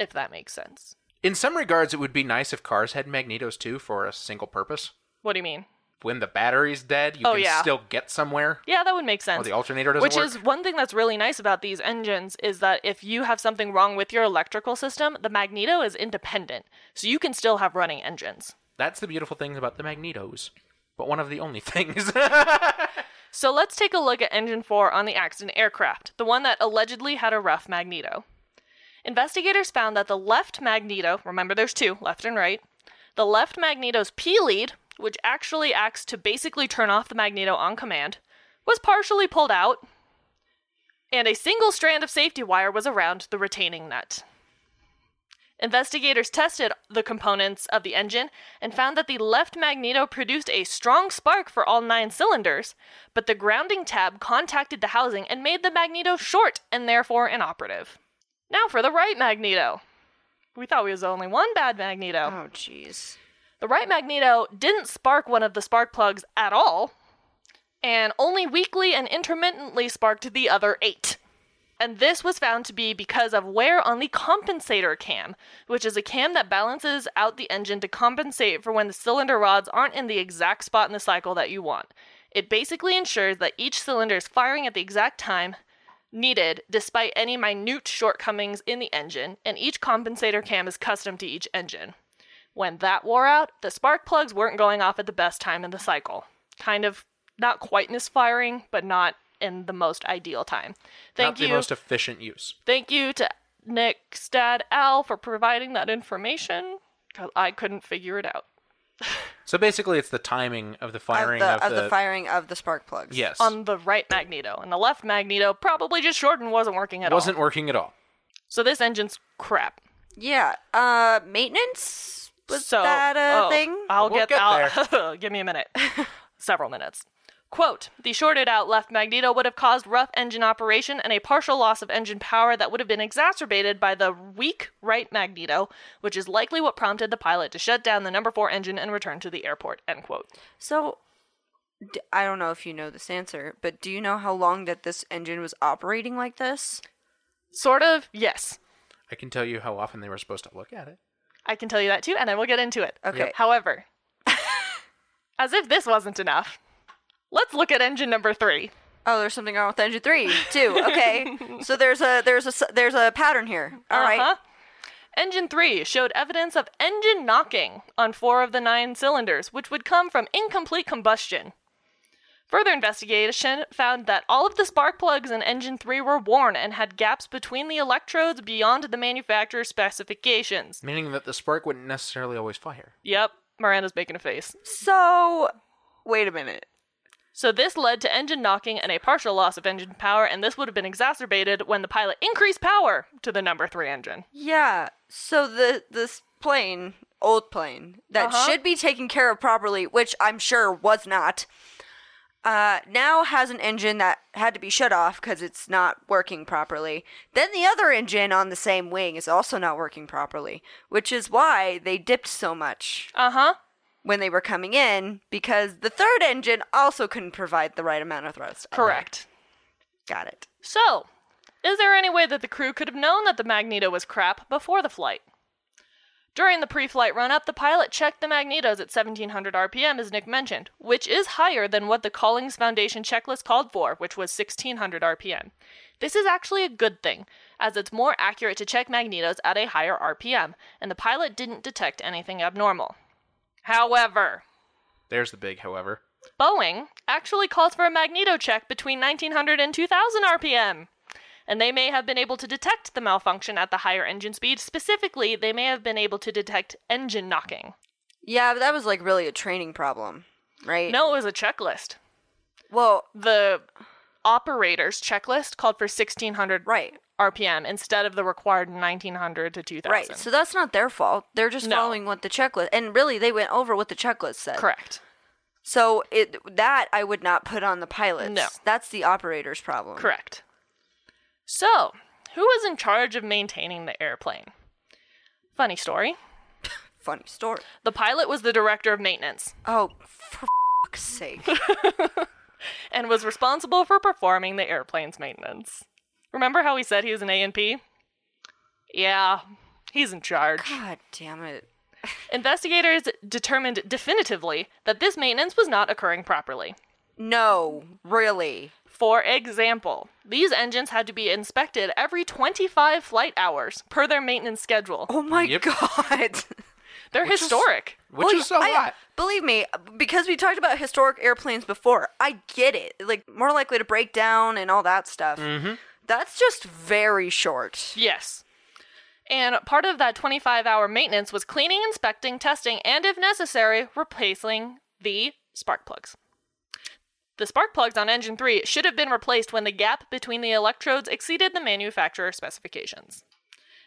Speaker 3: If that makes sense.
Speaker 2: In some regards, it would be nice if cars had magnetos too for a single purpose.
Speaker 3: What do you mean?
Speaker 2: When the battery's dead, you
Speaker 3: Oh,
Speaker 2: can
Speaker 3: yeah.
Speaker 2: still get somewhere.
Speaker 3: Yeah, that would make sense.
Speaker 2: Or the alternator doesn't
Speaker 3: Which
Speaker 2: work.
Speaker 3: is one thing that's really nice about these engines is that if you have something wrong with your electrical system, the magneto is independent, so you can still have running engines.
Speaker 2: That's the beautiful thing about the magnetos. But one of the only things.
Speaker 3: So let's take a look at engine 4 on the accident aircraft, the one that allegedly had a rough magneto. Investigators found that the left magneto, remember there's two, left and right, the left magneto's P lead, which actually acts to basically turn off the magneto on command, was partially pulled out, and a single strand of safety wire was around the retaining nut. Investigators tested the components of the engine and found that the left magneto produced a strong spark for all nine cylinders, but the grounding tab contacted the housing and made the magneto short and therefore inoperative. Now for the right magneto. We thought we was only one bad magneto.
Speaker 1: Oh, jeez.
Speaker 3: The right magneto didn't spark one of the spark plugs at all, and only weakly and intermittently sparked the other eight. And this was found to be because of wear on the compensator cam, which is a cam that balances out the engine to compensate for when the cylinder rods aren't in the exact spot in the cycle that you want. It basically ensures that each cylinder is firing at the exact time needed despite any minute shortcomings in the engine, and each compensator cam is custom to each engine. When that wore out, the spark plugs weren't going off at the best time in the cycle. Kind of not quite misfiring, but not in the most ideal time. Thank
Speaker 2: Not
Speaker 3: you.
Speaker 2: the most efficient use.
Speaker 3: Thank you to Nick Stad Al for providing that information. 'cause I couldn't figure it out.
Speaker 2: So basically, it's the timing of the firing
Speaker 1: of, the,
Speaker 2: of the,
Speaker 1: firing of the spark plugs.
Speaker 2: yes
Speaker 3: On the right magneto and the left magneto, probably just Jordan wasn't working at
Speaker 2: wasn't
Speaker 3: all.
Speaker 2: working at all.
Speaker 3: So this engine's crap.
Speaker 1: Yeah. Uh, maintenance was
Speaker 3: so,
Speaker 1: that a
Speaker 3: oh,
Speaker 1: thing?
Speaker 3: I'll
Speaker 2: We'll
Speaker 3: get,
Speaker 2: get
Speaker 3: I'll, give me a minute. Several minutes. Quote, the shorted out left magneto would have caused rough engine operation and a partial loss of engine power that would have been exacerbated by the weak right magneto, which is likely what prompted the pilot to shut down the number four engine and return to the airport, end quote.
Speaker 1: So, d- I don't know if you know this answer, but do you know how long that this engine was operating like this?
Speaker 3: Sort of, yes.
Speaker 2: I can tell you how often they were supposed to look at it.
Speaker 3: I can tell you that too, and then we'll get into it.
Speaker 1: Okay.
Speaker 3: However, as if this wasn't enough, let's look at engine number three.
Speaker 1: Oh, there's something wrong with engine three too. Okay, so there's a there's a s- there's a pattern here. All right.
Speaker 3: Uh-huh. Engine 3 showed evidence of engine knocking on four of the nine cylinders, which would come from incomplete combustion. Further investigation found that all of the spark plugs in Engine 3 were worn and had gaps between the electrodes beyond the manufacturer's specifications.
Speaker 2: Meaning that the spark wouldn't necessarily always fire.
Speaker 3: Yep, Miranda's making a face.
Speaker 1: So, wait a minute.
Speaker 3: So, this led to engine knocking and a partial loss of engine power, and this would have been exacerbated when the pilot increased power to the number 3 engine.
Speaker 1: Yeah. So the this plane, old plane that
Speaker 3: Uh-huh.
Speaker 1: should be taken care of properly, which I'm sure was not, uh, now has an engine that had to be shut off because it's not working properly. Then the other engine on the same wing is also not working properly, which is why they dipped so much
Speaker 3: Uh huh.
Speaker 1: when they were coming in because the third engine also couldn't provide the right amount of thrust.
Speaker 3: Correct.
Speaker 1: Got it.
Speaker 3: So, is there any way that the crew could have known that the Magneto was crap before the flight? During the pre flight run up, the pilot checked the magnetos at 1700 RPM, as Nick mentioned, which is higher than what the Collings Foundation checklist called for, which was 1600 RPM. This is actually a good thing, as it's more accurate to check magnetos at a higher RPM, and the pilot didn't detect anything abnormal. However,
Speaker 2: There's the big, however.
Speaker 3: Boeing actually calls for a magneto check between 1900 and 2000 RPM. And they may have been able to detect the malfunction at the higher engine speed. Specifically, they may have been able to detect engine knocking.
Speaker 1: Yeah, but that was like really a training problem, right?
Speaker 3: No, it was a checklist.
Speaker 1: Well,
Speaker 3: The operator's checklist called for 1600
Speaker 1: right.
Speaker 3: RPM instead of the required 1900 to 2000.
Speaker 1: Right. So that's not their fault. They're just
Speaker 3: No.
Speaker 1: following what the checklist and really they went over what the checklist said.
Speaker 3: Correct.
Speaker 1: So it that I would not put on the pilots.
Speaker 3: No.
Speaker 1: That's the operator's problem.
Speaker 3: Correct. So, who was in charge of maintaining the airplane? Funny story.
Speaker 1: Funny story.
Speaker 3: The pilot was the director of maintenance.
Speaker 1: Oh, for fuck's sake.
Speaker 3: and was responsible for performing the airplane's maintenance. Remember how we said he was an A&P? Yeah, he's in charge.
Speaker 1: God damn it.
Speaker 3: Investigators determined definitively that this maintenance was not occurring properly.
Speaker 1: No, really.
Speaker 3: For example, these engines had to be inspected every 25 flight hours per their maintenance schedule.
Speaker 1: Oh my
Speaker 2: Yep.
Speaker 1: god.
Speaker 3: They're
Speaker 2: is-
Speaker 3: historic.
Speaker 2: Which
Speaker 1: Well,
Speaker 2: is a
Speaker 1: I- uh,
Speaker 2: lot.
Speaker 1: Believe me, because we talked about historic airplanes before, I get it. Like more likely to break down and all that stuff. Mm-hmm. That's just very short.
Speaker 3: Yes. And part of that 25 hour maintenance was cleaning, inspecting, testing, and if necessary, replacing the spark plugs. The spark plugs on engine 3 should have been replaced when the gap between the electrodes exceeded the manufacturer specifications.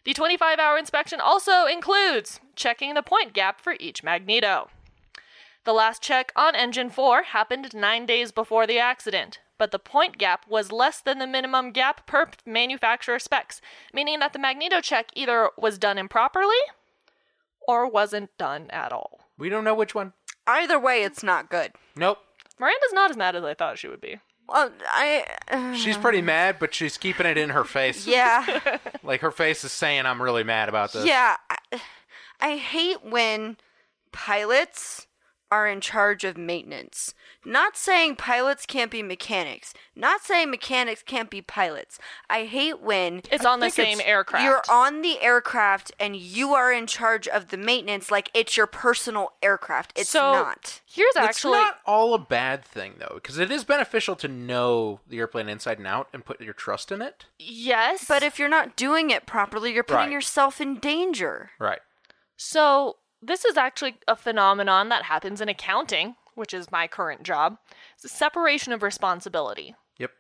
Speaker 3: The 25 hour inspection also includes checking the point gap for each magneto. The last check on engine 4 happened nine days before the accident, but the point gap was less than the minimum gap per manufacturer specs, meaning that the magneto check either was done improperly or wasn't done at all.
Speaker 2: We don't know which one.
Speaker 1: Either way, it's not good.
Speaker 2: Nope.
Speaker 3: Miranda's not as mad as I thought she would be.
Speaker 1: Well, I. uh,
Speaker 2: She's pretty mad, but she's keeping it in her face.
Speaker 1: Mm. yeah.
Speaker 2: Like her face is saying, "I'm really mad about this."
Speaker 1: Yeah, I, I hate when pilots are in charge of maintenance. Not saying pilots can't be mechanics. Not saying mechanics can't be pilots. I hate when
Speaker 3: It's on the same aircraft.
Speaker 1: You're on the aircraft and you are in charge of the maintenance like it's your personal aircraft. It's
Speaker 3: so
Speaker 1: not.
Speaker 3: Here's
Speaker 2: It's
Speaker 3: actually
Speaker 2: not all a bad thing though, because it is beneficial to know the airplane inside and out and put your trust in it.
Speaker 3: yes,
Speaker 1: But if you're not doing it properly, you're putting
Speaker 2: Right.
Speaker 1: yourself in danger.
Speaker 2: Right.
Speaker 3: So, this is actually a phenomenon that happens in accounting, which is my current job. It's a separation of responsibility.
Speaker 2: Yep.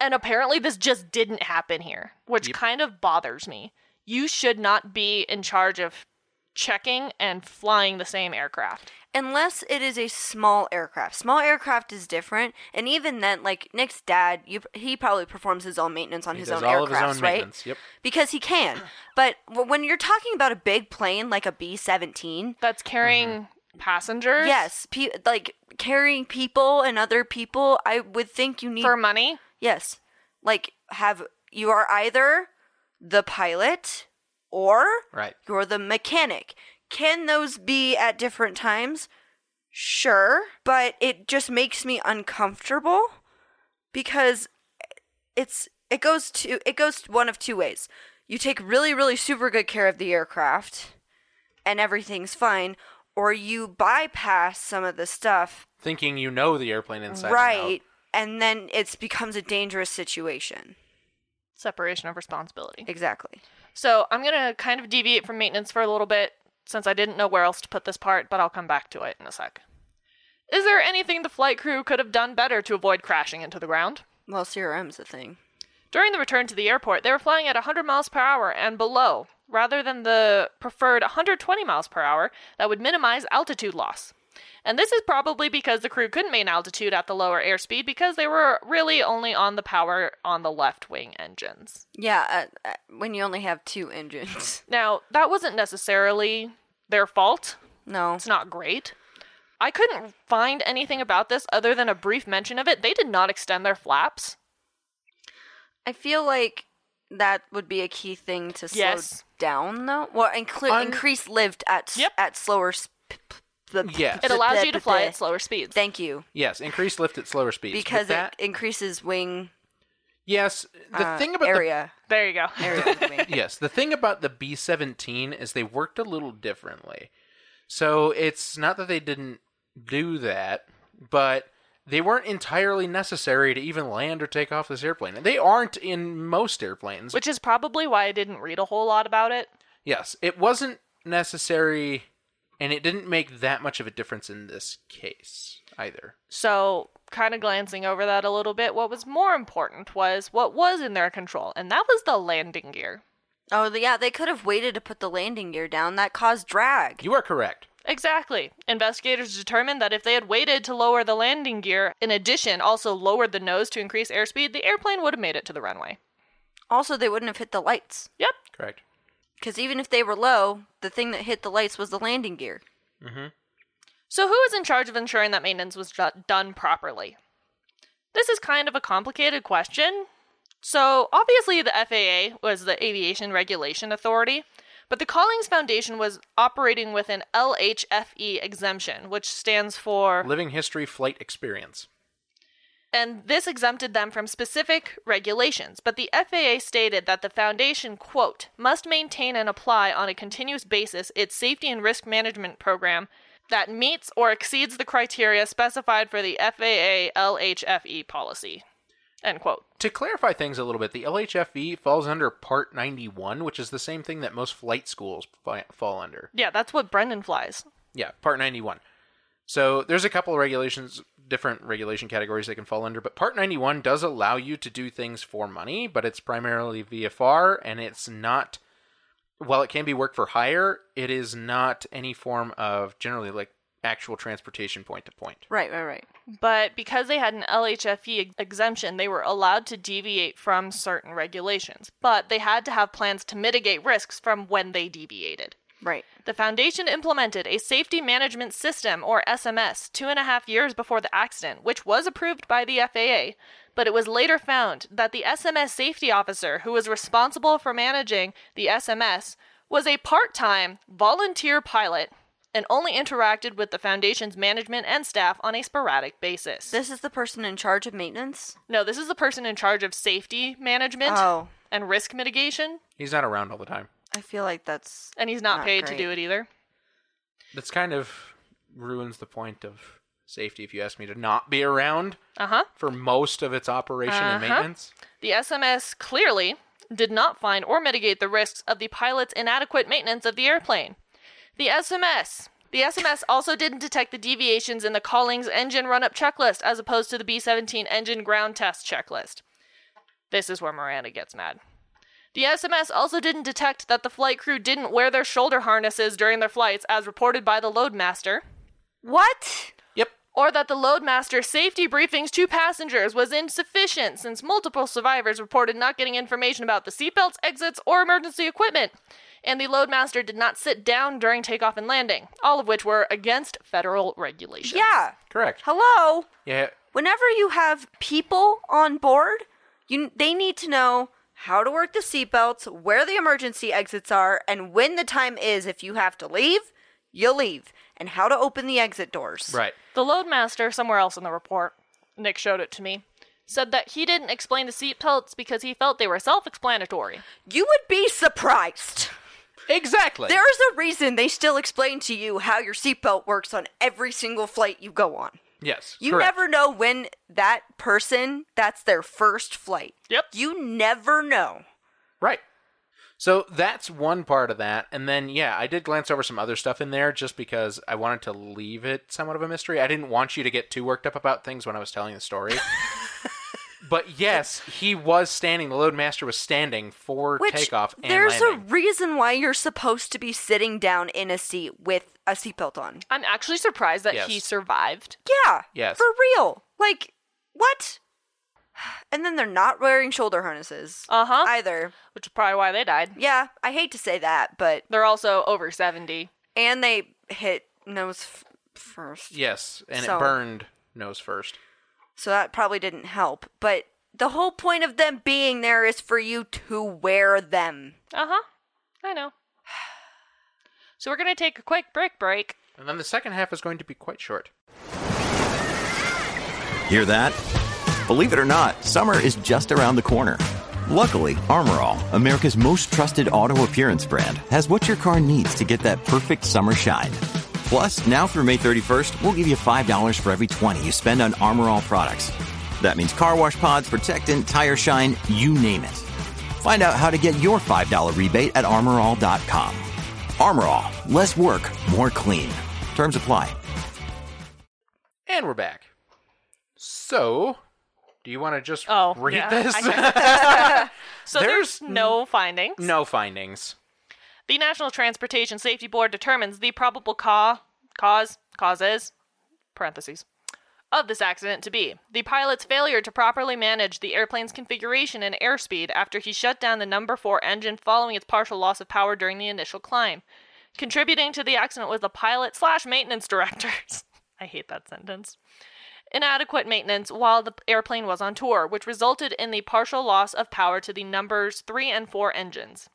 Speaker 3: And apparently, this just didn't happen here, which
Speaker 2: Yep.
Speaker 3: kind of bothers me. You should not be in charge of checking and flying the same aircraft.
Speaker 1: unless it is a small aircraft. Small aircraft is different, and even then, like Nick's dad, you, he probably performs his own maintenance on
Speaker 2: He
Speaker 1: his
Speaker 2: does
Speaker 1: own
Speaker 2: all of his
Speaker 1: aircrafts,
Speaker 2: own
Speaker 1: right?
Speaker 2: maintenance, yep.
Speaker 1: Because he can. But w- when you're talking about a big plane like a B seventeen,
Speaker 3: That's carrying passengers
Speaker 1: yes, pe- like carrying people and other people, I would think you need
Speaker 3: for money.
Speaker 1: yes, like have you are either the pilot or
Speaker 2: Right.
Speaker 1: you're the mechanic. Can those be at different times? Sure, but it just makes me uncomfortable because it's it goes to it goes one of two ways. You take really really super good care of the aircraft and everything's fine or you bypass some of the stuff
Speaker 2: Thinking you know the airplane inside and out.
Speaker 1: right and then it becomes a dangerous situation.
Speaker 3: Separation of responsibility.
Speaker 1: Exactly.
Speaker 3: So, I'm going to kind of deviate from maintenance for a little bit since I didn't know where else to put this part, but I'll come back to it in a sec. Is there anything the flight crew could have done better to avoid crashing into the ground?
Speaker 1: Well, CRM's a thing.
Speaker 3: During the return to the airport, they were flying at 100 miles per hour and below, rather than the preferred 120 miles per hour that would minimize altitude loss. And this is probably because the crew couldn't maintain altitude at the lower airspeed because they were really only on the power on the left wing engines.
Speaker 1: Yeah, uh, uh, when you only have two engines.
Speaker 3: Now, that wasn't necessarily their fault.
Speaker 1: No.
Speaker 3: It's not great. I couldn't find anything about this other than a brief mention of it. They did not extend their flaps.
Speaker 1: I feel like that would be a key thing to slow
Speaker 3: Yes.
Speaker 1: down, though. Well, incl-
Speaker 2: Un-
Speaker 1: increase lift at s-
Speaker 3: Yep.
Speaker 1: at slower. Sp- p- p- p-
Speaker 2: Yes.
Speaker 3: It allows you to fly
Speaker 1: p-
Speaker 3: at slower speeds.
Speaker 1: Thank you,
Speaker 2: Yes, increased lift at slower speeds. With
Speaker 1: because
Speaker 2: that,
Speaker 1: it increases wing
Speaker 2: yes, the
Speaker 1: uh,
Speaker 2: thing about the
Speaker 1: area
Speaker 3: There you go.
Speaker 1: area of the wing.
Speaker 2: yes, the thing about the B 17 is they worked a little differently. So it's not that they didn't do that, but they weren't entirely necessary to even land or take off this airplane. And they aren't in most airplanes.
Speaker 3: Which is probably why I didn't read a whole lot about it.
Speaker 2: yes, it wasn't necessary, and it didn't make that much of a difference in this case either.
Speaker 3: So, kind of glancing over that a little bit, what was more important was what was in their control, and that was the landing gear.
Speaker 1: Oh the- yeah, they could have waited to put the landing gear down. That caused drag.
Speaker 2: You are correct.
Speaker 3: Exactly. Investigators determined that if they had waited to lower the landing gear, in addition, also lowered the nose to increase airspeed, the airplane would have made it to the runway.
Speaker 1: Also, they wouldn't have hit the lights
Speaker 3: Yep.
Speaker 2: Correct.
Speaker 1: because even if they were low, the thing that hit the lights was the landing gear.
Speaker 3: So, who is in charge of ensuring that maintenance was do- done properly? This is kind of a complicated question. So, obviously, the FAA was the Aviation Regulation Authority, but the Collings Foundation was operating with an LHFE E exemption, which stands for
Speaker 2: Living history flight experience.
Speaker 3: and this exempted them from specific regulations but the faa stated that the foundation quote must maintain and apply on a continuous basis its safety and risk management program that meets or exceeds the criteria specified for the faa lhfe E policy end quote
Speaker 2: To clarify things a little bit, the LHFE E falls under Part 91, which is the same thing that most flight schools fi- fall under.
Speaker 3: yeah that's what brendan flies
Speaker 2: Yeah, Part 91. So there's a couple of regulations, different regulation categories they can fall under, but Part 91 does allow you to do things for money, but it's primarily VFR, and it's not. While it can be work for hire, it is not any form of generally like actual transportation point to point.
Speaker 1: Right, right, right.
Speaker 3: but because they had an LHFE E ex- exemption, they were allowed to deviate from certain regulations. But they had to have plans to mitigate risks from when they deviated.
Speaker 1: Right.
Speaker 3: The foundation implemented a safety management system, or SMS, two and a half years before the accident, which was approved by the FAA. But it was later found that the SMS safety officer who was responsible for managing the SMS was a part time volunteer pilot and only interacted with the Foundation's management and staff on a sporadic basis.
Speaker 1: This is the person in charge of maintenance?
Speaker 3: no, this is the person in charge of safety management
Speaker 1: Oh,
Speaker 3: and risk mitigation,
Speaker 2: He's not around all the time.
Speaker 1: I feel like that's.
Speaker 3: and he's not,
Speaker 1: Not
Speaker 3: paid
Speaker 1: great.
Speaker 3: to do it either.
Speaker 2: That's kind of ruins the point of safety if you ask me to not be around
Speaker 3: Uh huh.
Speaker 2: for most of its operation and
Speaker 3: Uh-huh.
Speaker 2: maintenance.
Speaker 3: The SMS clearly did not find or mitigate the risks of the pilot's inadequate maintenance of the airplane. The SMS. The SMS also didn't detect the deviations in the Collings engine run up checklist as opposed to the B 17 engine ground test checklist. This is where Miranda gets mad. The SMS also didn't detect that the flight crew didn't wear their shoulder harnesses during their flights as reported by the loadmaster
Speaker 1: What?
Speaker 2: Yep.
Speaker 3: or that the loadmaster safety briefings to passengers was insufficient since multiple survivors reported not getting information about the seatbelts, exits, or emergency equipment. And the loadmaster did not sit down during takeoff and landing, all of which were against federal regulations.
Speaker 1: Yeah.
Speaker 2: Correct.
Speaker 1: Hello?
Speaker 2: Yeah.
Speaker 1: Whenever you have people on board, you they need to know how to work the seatbelts, where the emergency exits are, and when the time is if you have to leave, you leave, and how to open the exit doors.
Speaker 2: Right.
Speaker 3: The loadmaster, somewhere else in the report, Nick showed it to me, said that he didn't explain the seatbelts because he felt they were self explanatory.
Speaker 1: You would be surprised.
Speaker 2: Exactly.
Speaker 1: There is a reason they still explain to you how your seatbelt works on every single flight you go on.
Speaker 2: yes.
Speaker 1: You
Speaker 2: correct.
Speaker 1: never know when that person, that's their first flight.
Speaker 3: Yep.
Speaker 1: You never know.
Speaker 2: Right. So that's one part of that. And then, yeah, I did glance over some other stuff in there just because I wanted to leave it somewhat of a mystery. I didn't want you to get too worked up about things when I was telling the story. but yes, he was standing. The Loadmaster was standing for
Speaker 1: Which
Speaker 2: takeoff and
Speaker 1: there's
Speaker 2: landing.
Speaker 1: a reason why you're supposed to be sitting down in a seat with a seatbelt on.
Speaker 3: I'm actually surprised that he
Speaker 2: Yes.
Speaker 3: survived.
Speaker 1: Yeah.
Speaker 2: Yes.
Speaker 1: For real. Like, what? And then they're not wearing shoulder harnesses
Speaker 3: Uh huh.
Speaker 1: either.
Speaker 3: Which is probably why they died.
Speaker 1: Yeah, I hate to say that, but
Speaker 3: They're also over 70.
Speaker 1: and they hit nose f- first.
Speaker 2: yes, and
Speaker 1: So-
Speaker 2: it burned nose first.
Speaker 1: So that probably didn't help, but the whole point of them being there is for you to wear them.
Speaker 3: Uh huh. I know. So we're going to take a quick break break.
Speaker 2: And then the second half is going to be quite short.
Speaker 4: Hear that? Believe it or not, summer is just around the corner. Luckily, Armorall, America's most trusted auto appearance brand, has what your car needs to get that perfect summer shine. Plus, now through May 31st, we'll give you $5 for every 20 you spend on Armorall products. That means car wash pods, protectant, tire shine, you name it. Find out how to get your $5 rebate at armorall.com. Armorall, less work, more clean. Terms apply.
Speaker 2: And we're back. So, do you want to just
Speaker 3: Oh,
Speaker 2: read
Speaker 3: yeah.
Speaker 2: this?
Speaker 3: So there's,
Speaker 2: There's
Speaker 3: no findings.
Speaker 2: no findings.
Speaker 3: The National Transportation Safety Board determines the probable ca- cause causes parentheses of this accident to be the pilot's failure to properly manage the airplane's configuration and airspeed after he shut down the number 4 engine following its partial loss of power during the initial climb. Contributing to the accident was the pilot slash maintenance directors. I hate that sentence. Inadequate maintenance while the airplane was on tour, which resulted in the partial loss of power to the numbers 3 and 4 engines.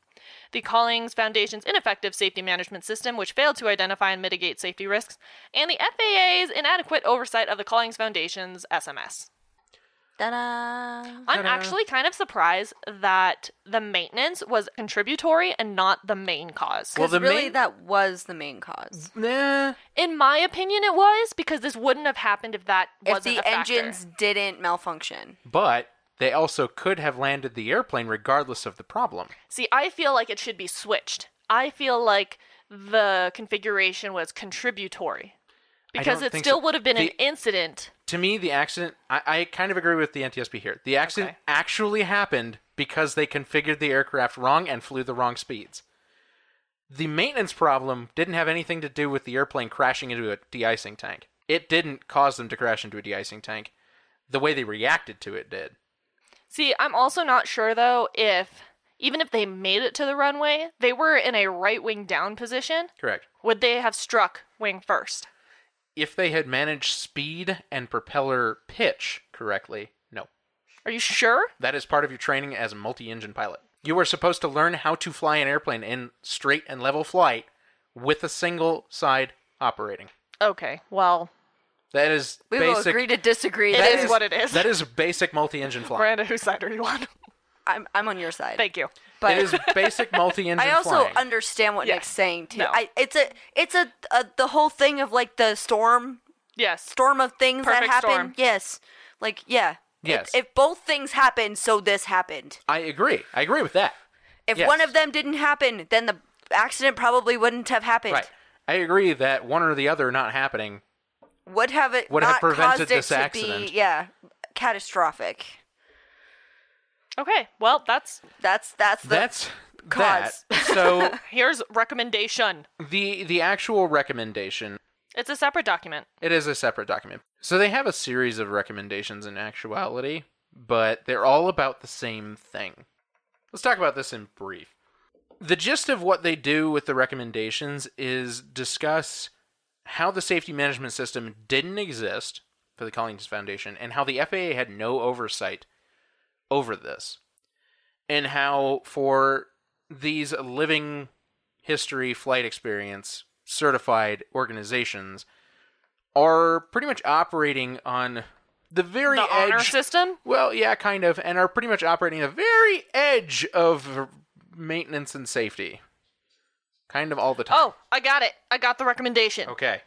Speaker 3: The Collings Foundation's ineffective safety management system, which failed to identify and mitigate safety risks, and the FAA's inadequate oversight of the Collings Foundation's SMS.
Speaker 1: Ta-da.
Speaker 3: I'm actually kind of surprised that the maintenance was contributory and not the main cause.
Speaker 2: Well,
Speaker 1: Because
Speaker 2: the
Speaker 1: really,
Speaker 2: main-
Speaker 1: that was the main cause.
Speaker 2: Nah.
Speaker 3: In my opinion, it was because this wouldn't have happened if that
Speaker 1: If
Speaker 3: wasn't
Speaker 1: the
Speaker 3: a factor.
Speaker 1: engines didn't malfunction.
Speaker 2: But they also could have landed the airplane regardless of the problem.
Speaker 3: See, I feel like it should be switched. I feel like the configuration was contributory
Speaker 2: I
Speaker 3: because
Speaker 2: don't
Speaker 3: it
Speaker 2: think
Speaker 3: still
Speaker 2: so.
Speaker 3: would have been an
Speaker 2: The-
Speaker 3: incident.
Speaker 2: To me, the accident, I, I kind of agree with the NTSB here. The accident
Speaker 3: Okay.
Speaker 2: actually happened because they configured the aircraft wrong and flew the wrong speeds. The maintenance problem didn't have anything to do with the airplane crashing into a de icing tank. It didn't cause them to crash into a de icing tank. The way they reacted to it did.
Speaker 3: See, I'm also not sure though if even if they made it to the runway, they were in a right wing down position,
Speaker 2: Correct.
Speaker 3: would they have struck wing first?
Speaker 2: If they had managed speed and propeller pitch correctly, no,
Speaker 3: Are you sure?
Speaker 2: That is part of your training as a multi engine pilot. You are supposed to learn how to fly an airplane in straight and level flight with a single side operating.
Speaker 3: Okay. Well,
Speaker 2: That is
Speaker 1: We will
Speaker 2: basic.
Speaker 1: agree to disagree.
Speaker 3: It
Speaker 1: That
Speaker 3: is what it is.
Speaker 2: That is basic multi-engine flying.
Speaker 3: Miranda, whose side are you on?
Speaker 1: I'm I'm on your side.
Speaker 3: Thank you.
Speaker 1: but
Speaker 2: It is basic multi-engine
Speaker 1: I also
Speaker 2: flying.
Speaker 1: understand what
Speaker 3: Yeah.
Speaker 1: Nick's saying too.
Speaker 3: No.
Speaker 1: I it's a it's a, a the whole thing of like the storm
Speaker 3: Yes.
Speaker 1: storm of things that
Speaker 3: Perfect
Speaker 1: happen.
Speaker 3: storm.
Speaker 1: Yes. Like yeah. It-
Speaker 2: Yes.
Speaker 1: if both things happened, so this happened.
Speaker 2: I agree. I agree with that.
Speaker 1: If
Speaker 2: Yes.
Speaker 1: one of them didn't happen, then the accident probably wouldn't have happened.
Speaker 2: Right. I agree that one or the other not happening.
Speaker 1: Would have it
Speaker 2: Would
Speaker 1: not
Speaker 2: have prevented
Speaker 1: caused it
Speaker 2: this
Speaker 1: to
Speaker 2: accident.
Speaker 1: be yeah catastrophic.
Speaker 3: Okay. Well, that's
Speaker 1: That's that's the
Speaker 2: That's
Speaker 1: cause.
Speaker 2: that. So
Speaker 3: here's recommendation.
Speaker 2: the the actual recommendation
Speaker 3: It's a separate document.
Speaker 2: It is a separate document. So they have a series of recommendations in actuality, but they're all about the same thing. Let's talk about this in brief. The gist of what they do with the recommendations is discuss how the safety management system didn't exist for the Collins Foundation and how the FAA had no oversight over this. And how for these living history flight experience certified organizations are pretty much operating on the very
Speaker 3: The
Speaker 2: edge
Speaker 3: honor system.
Speaker 2: well, yeah, kind of, and are pretty much operating at the very edge of maintenance and safety. Kind of all the time.
Speaker 3: Oh, I got it. I got the recommendation.
Speaker 2: Okay.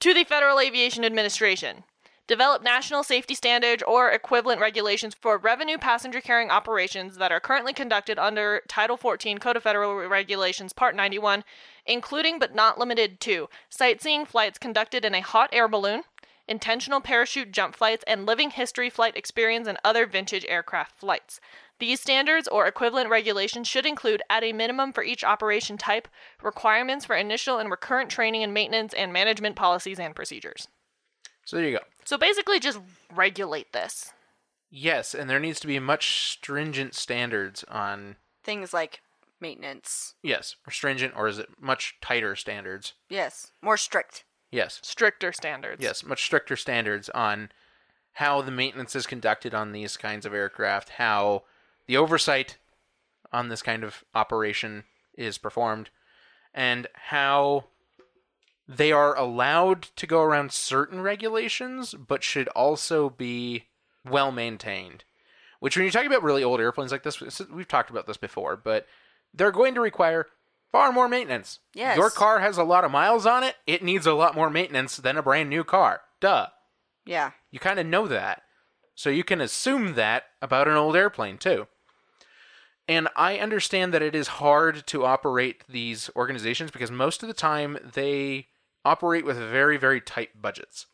Speaker 3: To the Federal Aviation Administration. Develop national safety standards or equivalent regulations for revenue passenger carrying operations that are currently conducted under Title 14 Code of Federal Regulations, Part 91, including but not limited to sightseeing flights conducted in a hot air balloon, intentional parachute jump flights, and living history flight experience and other vintage aircraft flights. These standards or equivalent regulations should include, at a minimum for each operation type, requirements for initial and recurrent training and maintenance and management policies and procedures.
Speaker 2: So there you go.
Speaker 3: So basically, just regulate this.
Speaker 2: Yes, and there needs to be much stringent standards on
Speaker 1: things like maintenance.
Speaker 2: yes, or stringent or is it much tighter standards?
Speaker 1: Yes, more strict.
Speaker 2: Yes.
Speaker 3: Stricter standards.
Speaker 2: Yes, much stricter standards on how the maintenance is conducted on these kinds of aircraft, how the oversight on this kind of operation is performed, and how they are allowed to go around certain regulations, but should also be well maintained. Which, when you're talking about really old airplanes like this, this is- we've talked about this before, but they're going to require far more maintenance.
Speaker 1: Yes.
Speaker 2: Your car has a lot of miles on it, it needs a lot more maintenance than a brand new car. Duh.
Speaker 1: Yeah.
Speaker 2: You kind of know that. So you can assume that about an old airplane, too. And I understand that it is hard to operate these organizations because most of the time they operate with very, very tight budgets.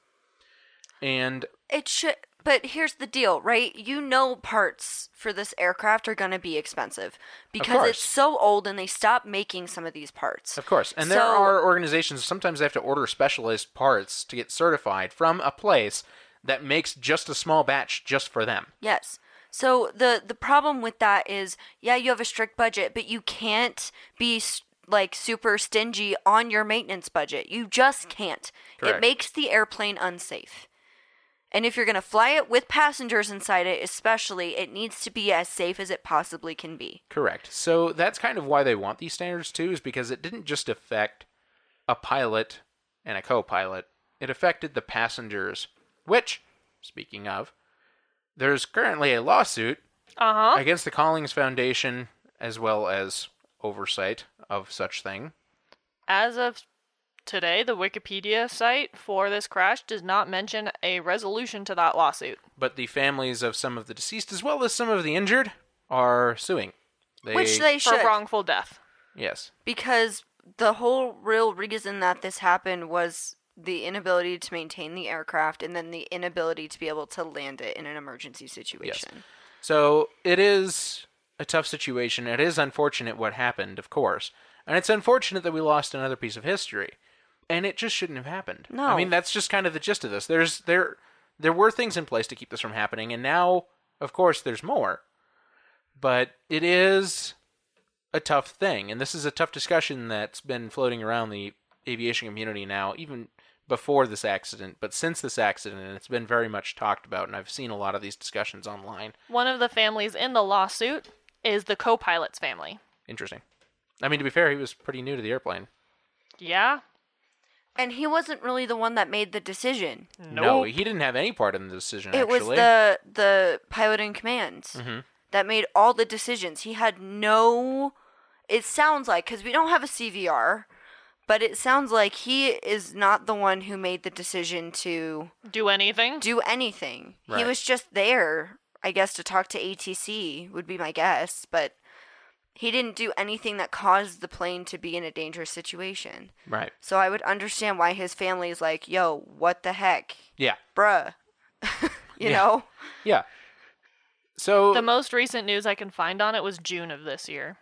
Speaker 2: And
Speaker 1: It should but here's the deal, right? You know parts for this aircraft are going to be expensive because
Speaker 2: course.
Speaker 1: it's so old and they stopped making some of these parts.
Speaker 2: Of course. And there
Speaker 1: So-
Speaker 2: are organizations sometimes they have to order specialized parts to get certified from a place that makes just a small batch just for them.
Speaker 1: Yes. So the the problem with that is yeah, you have a strict budget, but you can't be s- like super stingy on your maintenance budget. You just can't.
Speaker 2: Mm. Correct.
Speaker 1: It makes the airplane unsafe. And if you're going to fly it with passengers inside it, especially, it needs to be as safe as it possibly can be.
Speaker 2: Correct. So that's kind of why they want these standards too, is because it didn't just affect a pilot and a co pilot, it affected the passengers, which, speaking of, there's currently a lawsuit
Speaker 3: Uh huh.
Speaker 2: against the Collings Foundation as well as oversight of such thing.
Speaker 3: As of today, the Wikipedia site for this crash does not mention a resolution to that lawsuit.
Speaker 2: but the families of some of the deceased as well as some of the injured are suing. They,
Speaker 1: Which they
Speaker 3: for
Speaker 1: should.
Speaker 3: wrongful death.
Speaker 2: yes,
Speaker 1: because the whole real reason that this happened was the inability to maintain the aircraft and then the inability to be able to land it in an emergency situation.
Speaker 2: so it is a tough situation. It is unfortunate what happened, of course, and it's unfortunate that we lost another piece of history, and it just shouldn't have happened.
Speaker 1: No.
Speaker 2: I mean that's just kind of the gist of this. There's there there were things in place to keep this from happening, and now of course there's more, but it is a tough thing, and this is a tough discussion that's been floating around the aviation community now, even before this accident, but since this accident, and it's been very much talked about, and I've seen a lot of these discussions online.
Speaker 3: One of the families in the lawsuit is the co pilot's family.
Speaker 2: Interesting. I mean, to be fair, he was pretty new to the airplane.
Speaker 3: Yeah.
Speaker 1: And he wasn't really the one that made the decision.
Speaker 2: No, he didn't have any part in the decision.
Speaker 1: It
Speaker 2: actually,
Speaker 1: was the the pilot in commands that made all the decisions. He had no. It sounds like because we don't have a CVR, but it sounds like he is not the one who made the decision to
Speaker 3: Do anything?
Speaker 1: do anything. He
Speaker 2: Right.
Speaker 1: was just there, I guess, to talk to ATC would be my guess, but he didn't do anything that caused the plane to be in a dangerous situation.
Speaker 2: right.
Speaker 1: So I would understand why his family is like, "Yo, what the heck,
Speaker 2: Yeah,
Speaker 1: bruh," you
Speaker 2: Yeah.
Speaker 1: know.
Speaker 2: yeah. So
Speaker 3: The most recent news I can find on it was June of this year.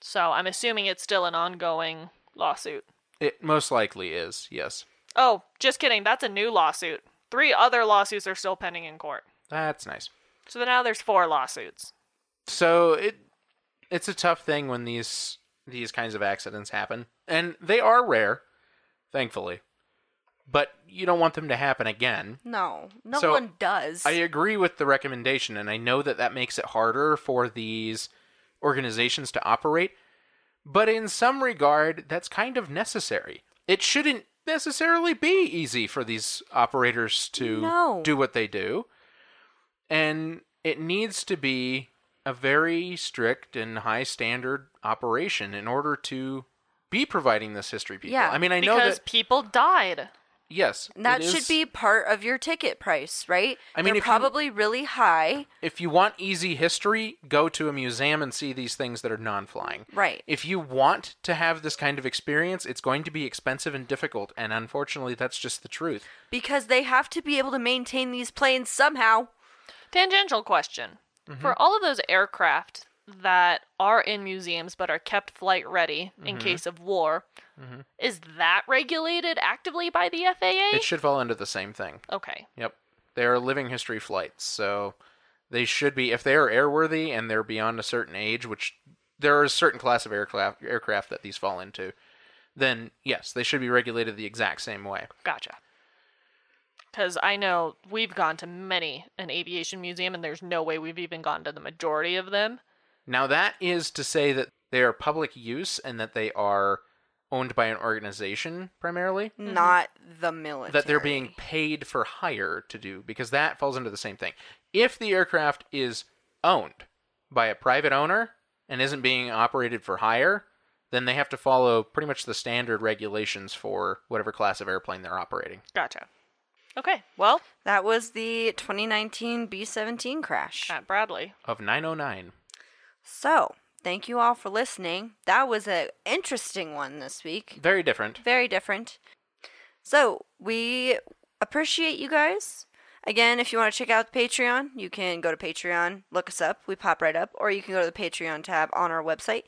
Speaker 3: So I'm assuming it's still an ongoing lawsuit.
Speaker 2: it most likely is yes.
Speaker 3: Oh, just kidding. That's a new lawsuit. Three other lawsuits are still pending in court.
Speaker 2: That's nice.
Speaker 3: So now there's four lawsuits.
Speaker 2: So it it's a tough thing when these these kinds of accidents happen, and they are rare, thankfully. But you don't want them to happen again.
Speaker 1: No, no
Speaker 2: So,
Speaker 1: one does.
Speaker 2: I agree with the recommendation, and I know that that makes it harder for these organizations to operate, but in some regard, that's kind of necessary. It shouldn't necessarily be easy for these operators to
Speaker 1: No.
Speaker 2: do what they do, and it needs to be a very strict and high standard operation in order to be providing this history people.
Speaker 1: Yeah,
Speaker 2: I mean, I know
Speaker 3: Because
Speaker 2: that
Speaker 3: people died.
Speaker 2: yes,
Speaker 1: And that
Speaker 2: it
Speaker 1: should
Speaker 2: is-
Speaker 1: be part of your ticket price, right?
Speaker 2: I mean,
Speaker 1: They're
Speaker 2: if you-
Speaker 1: probably really high,
Speaker 2: If you want easy history, go to a museum and see these things that are non flying.
Speaker 1: right?
Speaker 2: If you want to have this kind of experience, it's going to be expensive and difficult, and unfortunately, that's just the truth.
Speaker 1: Because they have to be able to maintain these planes somehow.
Speaker 3: Tangential question.
Speaker 2: Mm-hmm.
Speaker 3: For all of those aircraft that are in museums but are kept flight ready
Speaker 2: Mm-hmm.
Speaker 3: in case of war, is that regulated actively by the FAA?
Speaker 2: It should fall under the same thing.
Speaker 3: okay.
Speaker 2: Yep. They are living history flights, so they should be, if they are airworthy and they're beyond a certain age, which there are a certain class of aircraft, aircraft that these fall into, then yes, they should be regulated the exact same way.
Speaker 3: Gotcha. Because I know we've gone to many an aviation museum, and there's no way we've even gone to the majority of them.
Speaker 2: Now, that is to say that they are public use and that they are owned by an organization primarily,
Speaker 1: Not the military.
Speaker 2: Mm-hmm. that they're being paid for hire to do, because that falls under the same thing. If the aircraft is owned by a private owner and isn't being operated for hire, then they have to follow pretty much the standard regulations for whatever class of airplane they're operating.
Speaker 3: Gotcha. Okay. Well,
Speaker 1: That was the 2019 B 17 crash.
Speaker 3: Matt Bradley.
Speaker 2: Of 909.
Speaker 1: So, thank you all for listening. That was an interesting one this week.
Speaker 2: Very different.
Speaker 1: Very different. So, we appreciate you guys. Again, if you want to check out Patreon, you can go to Patreon, look us up, we pop right up, or you can go to the Patreon tab on our website.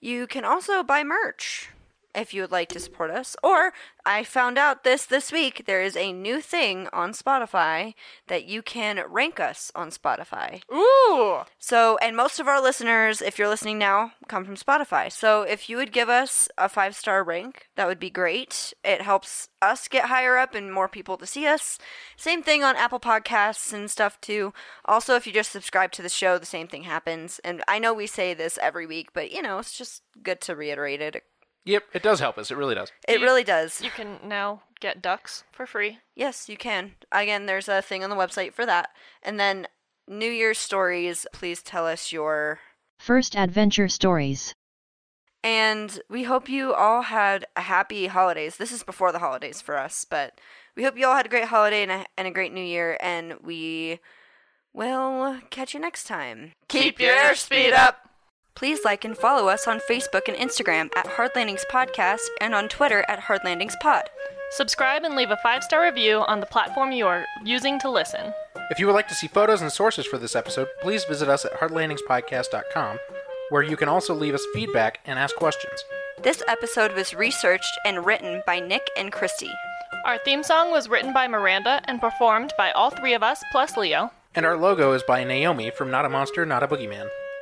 Speaker 1: You can also buy merch if you would like to support us. Or I found out this this week there is a new thing on Spotify that you can rank us on Spotify.
Speaker 3: Ooh.
Speaker 1: So, and most of our listeners, if you're listening now, come from Spotify. So, if you would give us a five star rank, that would be great. It helps us get higher up and more people to see us. Same thing on Apple Podcasts and stuff, too. Also, if you just subscribe to the show, the same thing happens. And I know we say this every week, but you know, it's just good to reiterate it.
Speaker 2: Yep, it does help us. It really does.
Speaker 1: It really does.
Speaker 3: You can now get ducks for free.
Speaker 1: Yes, you can. Again, there's a thing on the website for that. And then New Year's stories, please tell us your
Speaker 5: First Adventure Stories.
Speaker 1: And we hope you all had a happy holidays. This is before the holidays for us, but we hope you all had a great holiday and a, and a great new year. And we will catch you next time.
Speaker 3: Keep your airspeed up.
Speaker 1: Please like and follow us on Facebook and Instagram at Hard Landings Podcast and on Twitter at Hard Landings Pod.
Speaker 3: Subscribe and leave a five star review on the platform you are using to listen.
Speaker 2: If you would like to see photos and sources for this episode, please visit us at heartlandingspodcast.com, where you can also leave us feedback and ask questions.
Speaker 1: This episode was researched and written by Nick and Christy.
Speaker 3: Our theme song was written by Miranda and performed by all three of us plus Leo.
Speaker 2: And our logo is by Naomi from Not a Monster, Not a Boogeyman.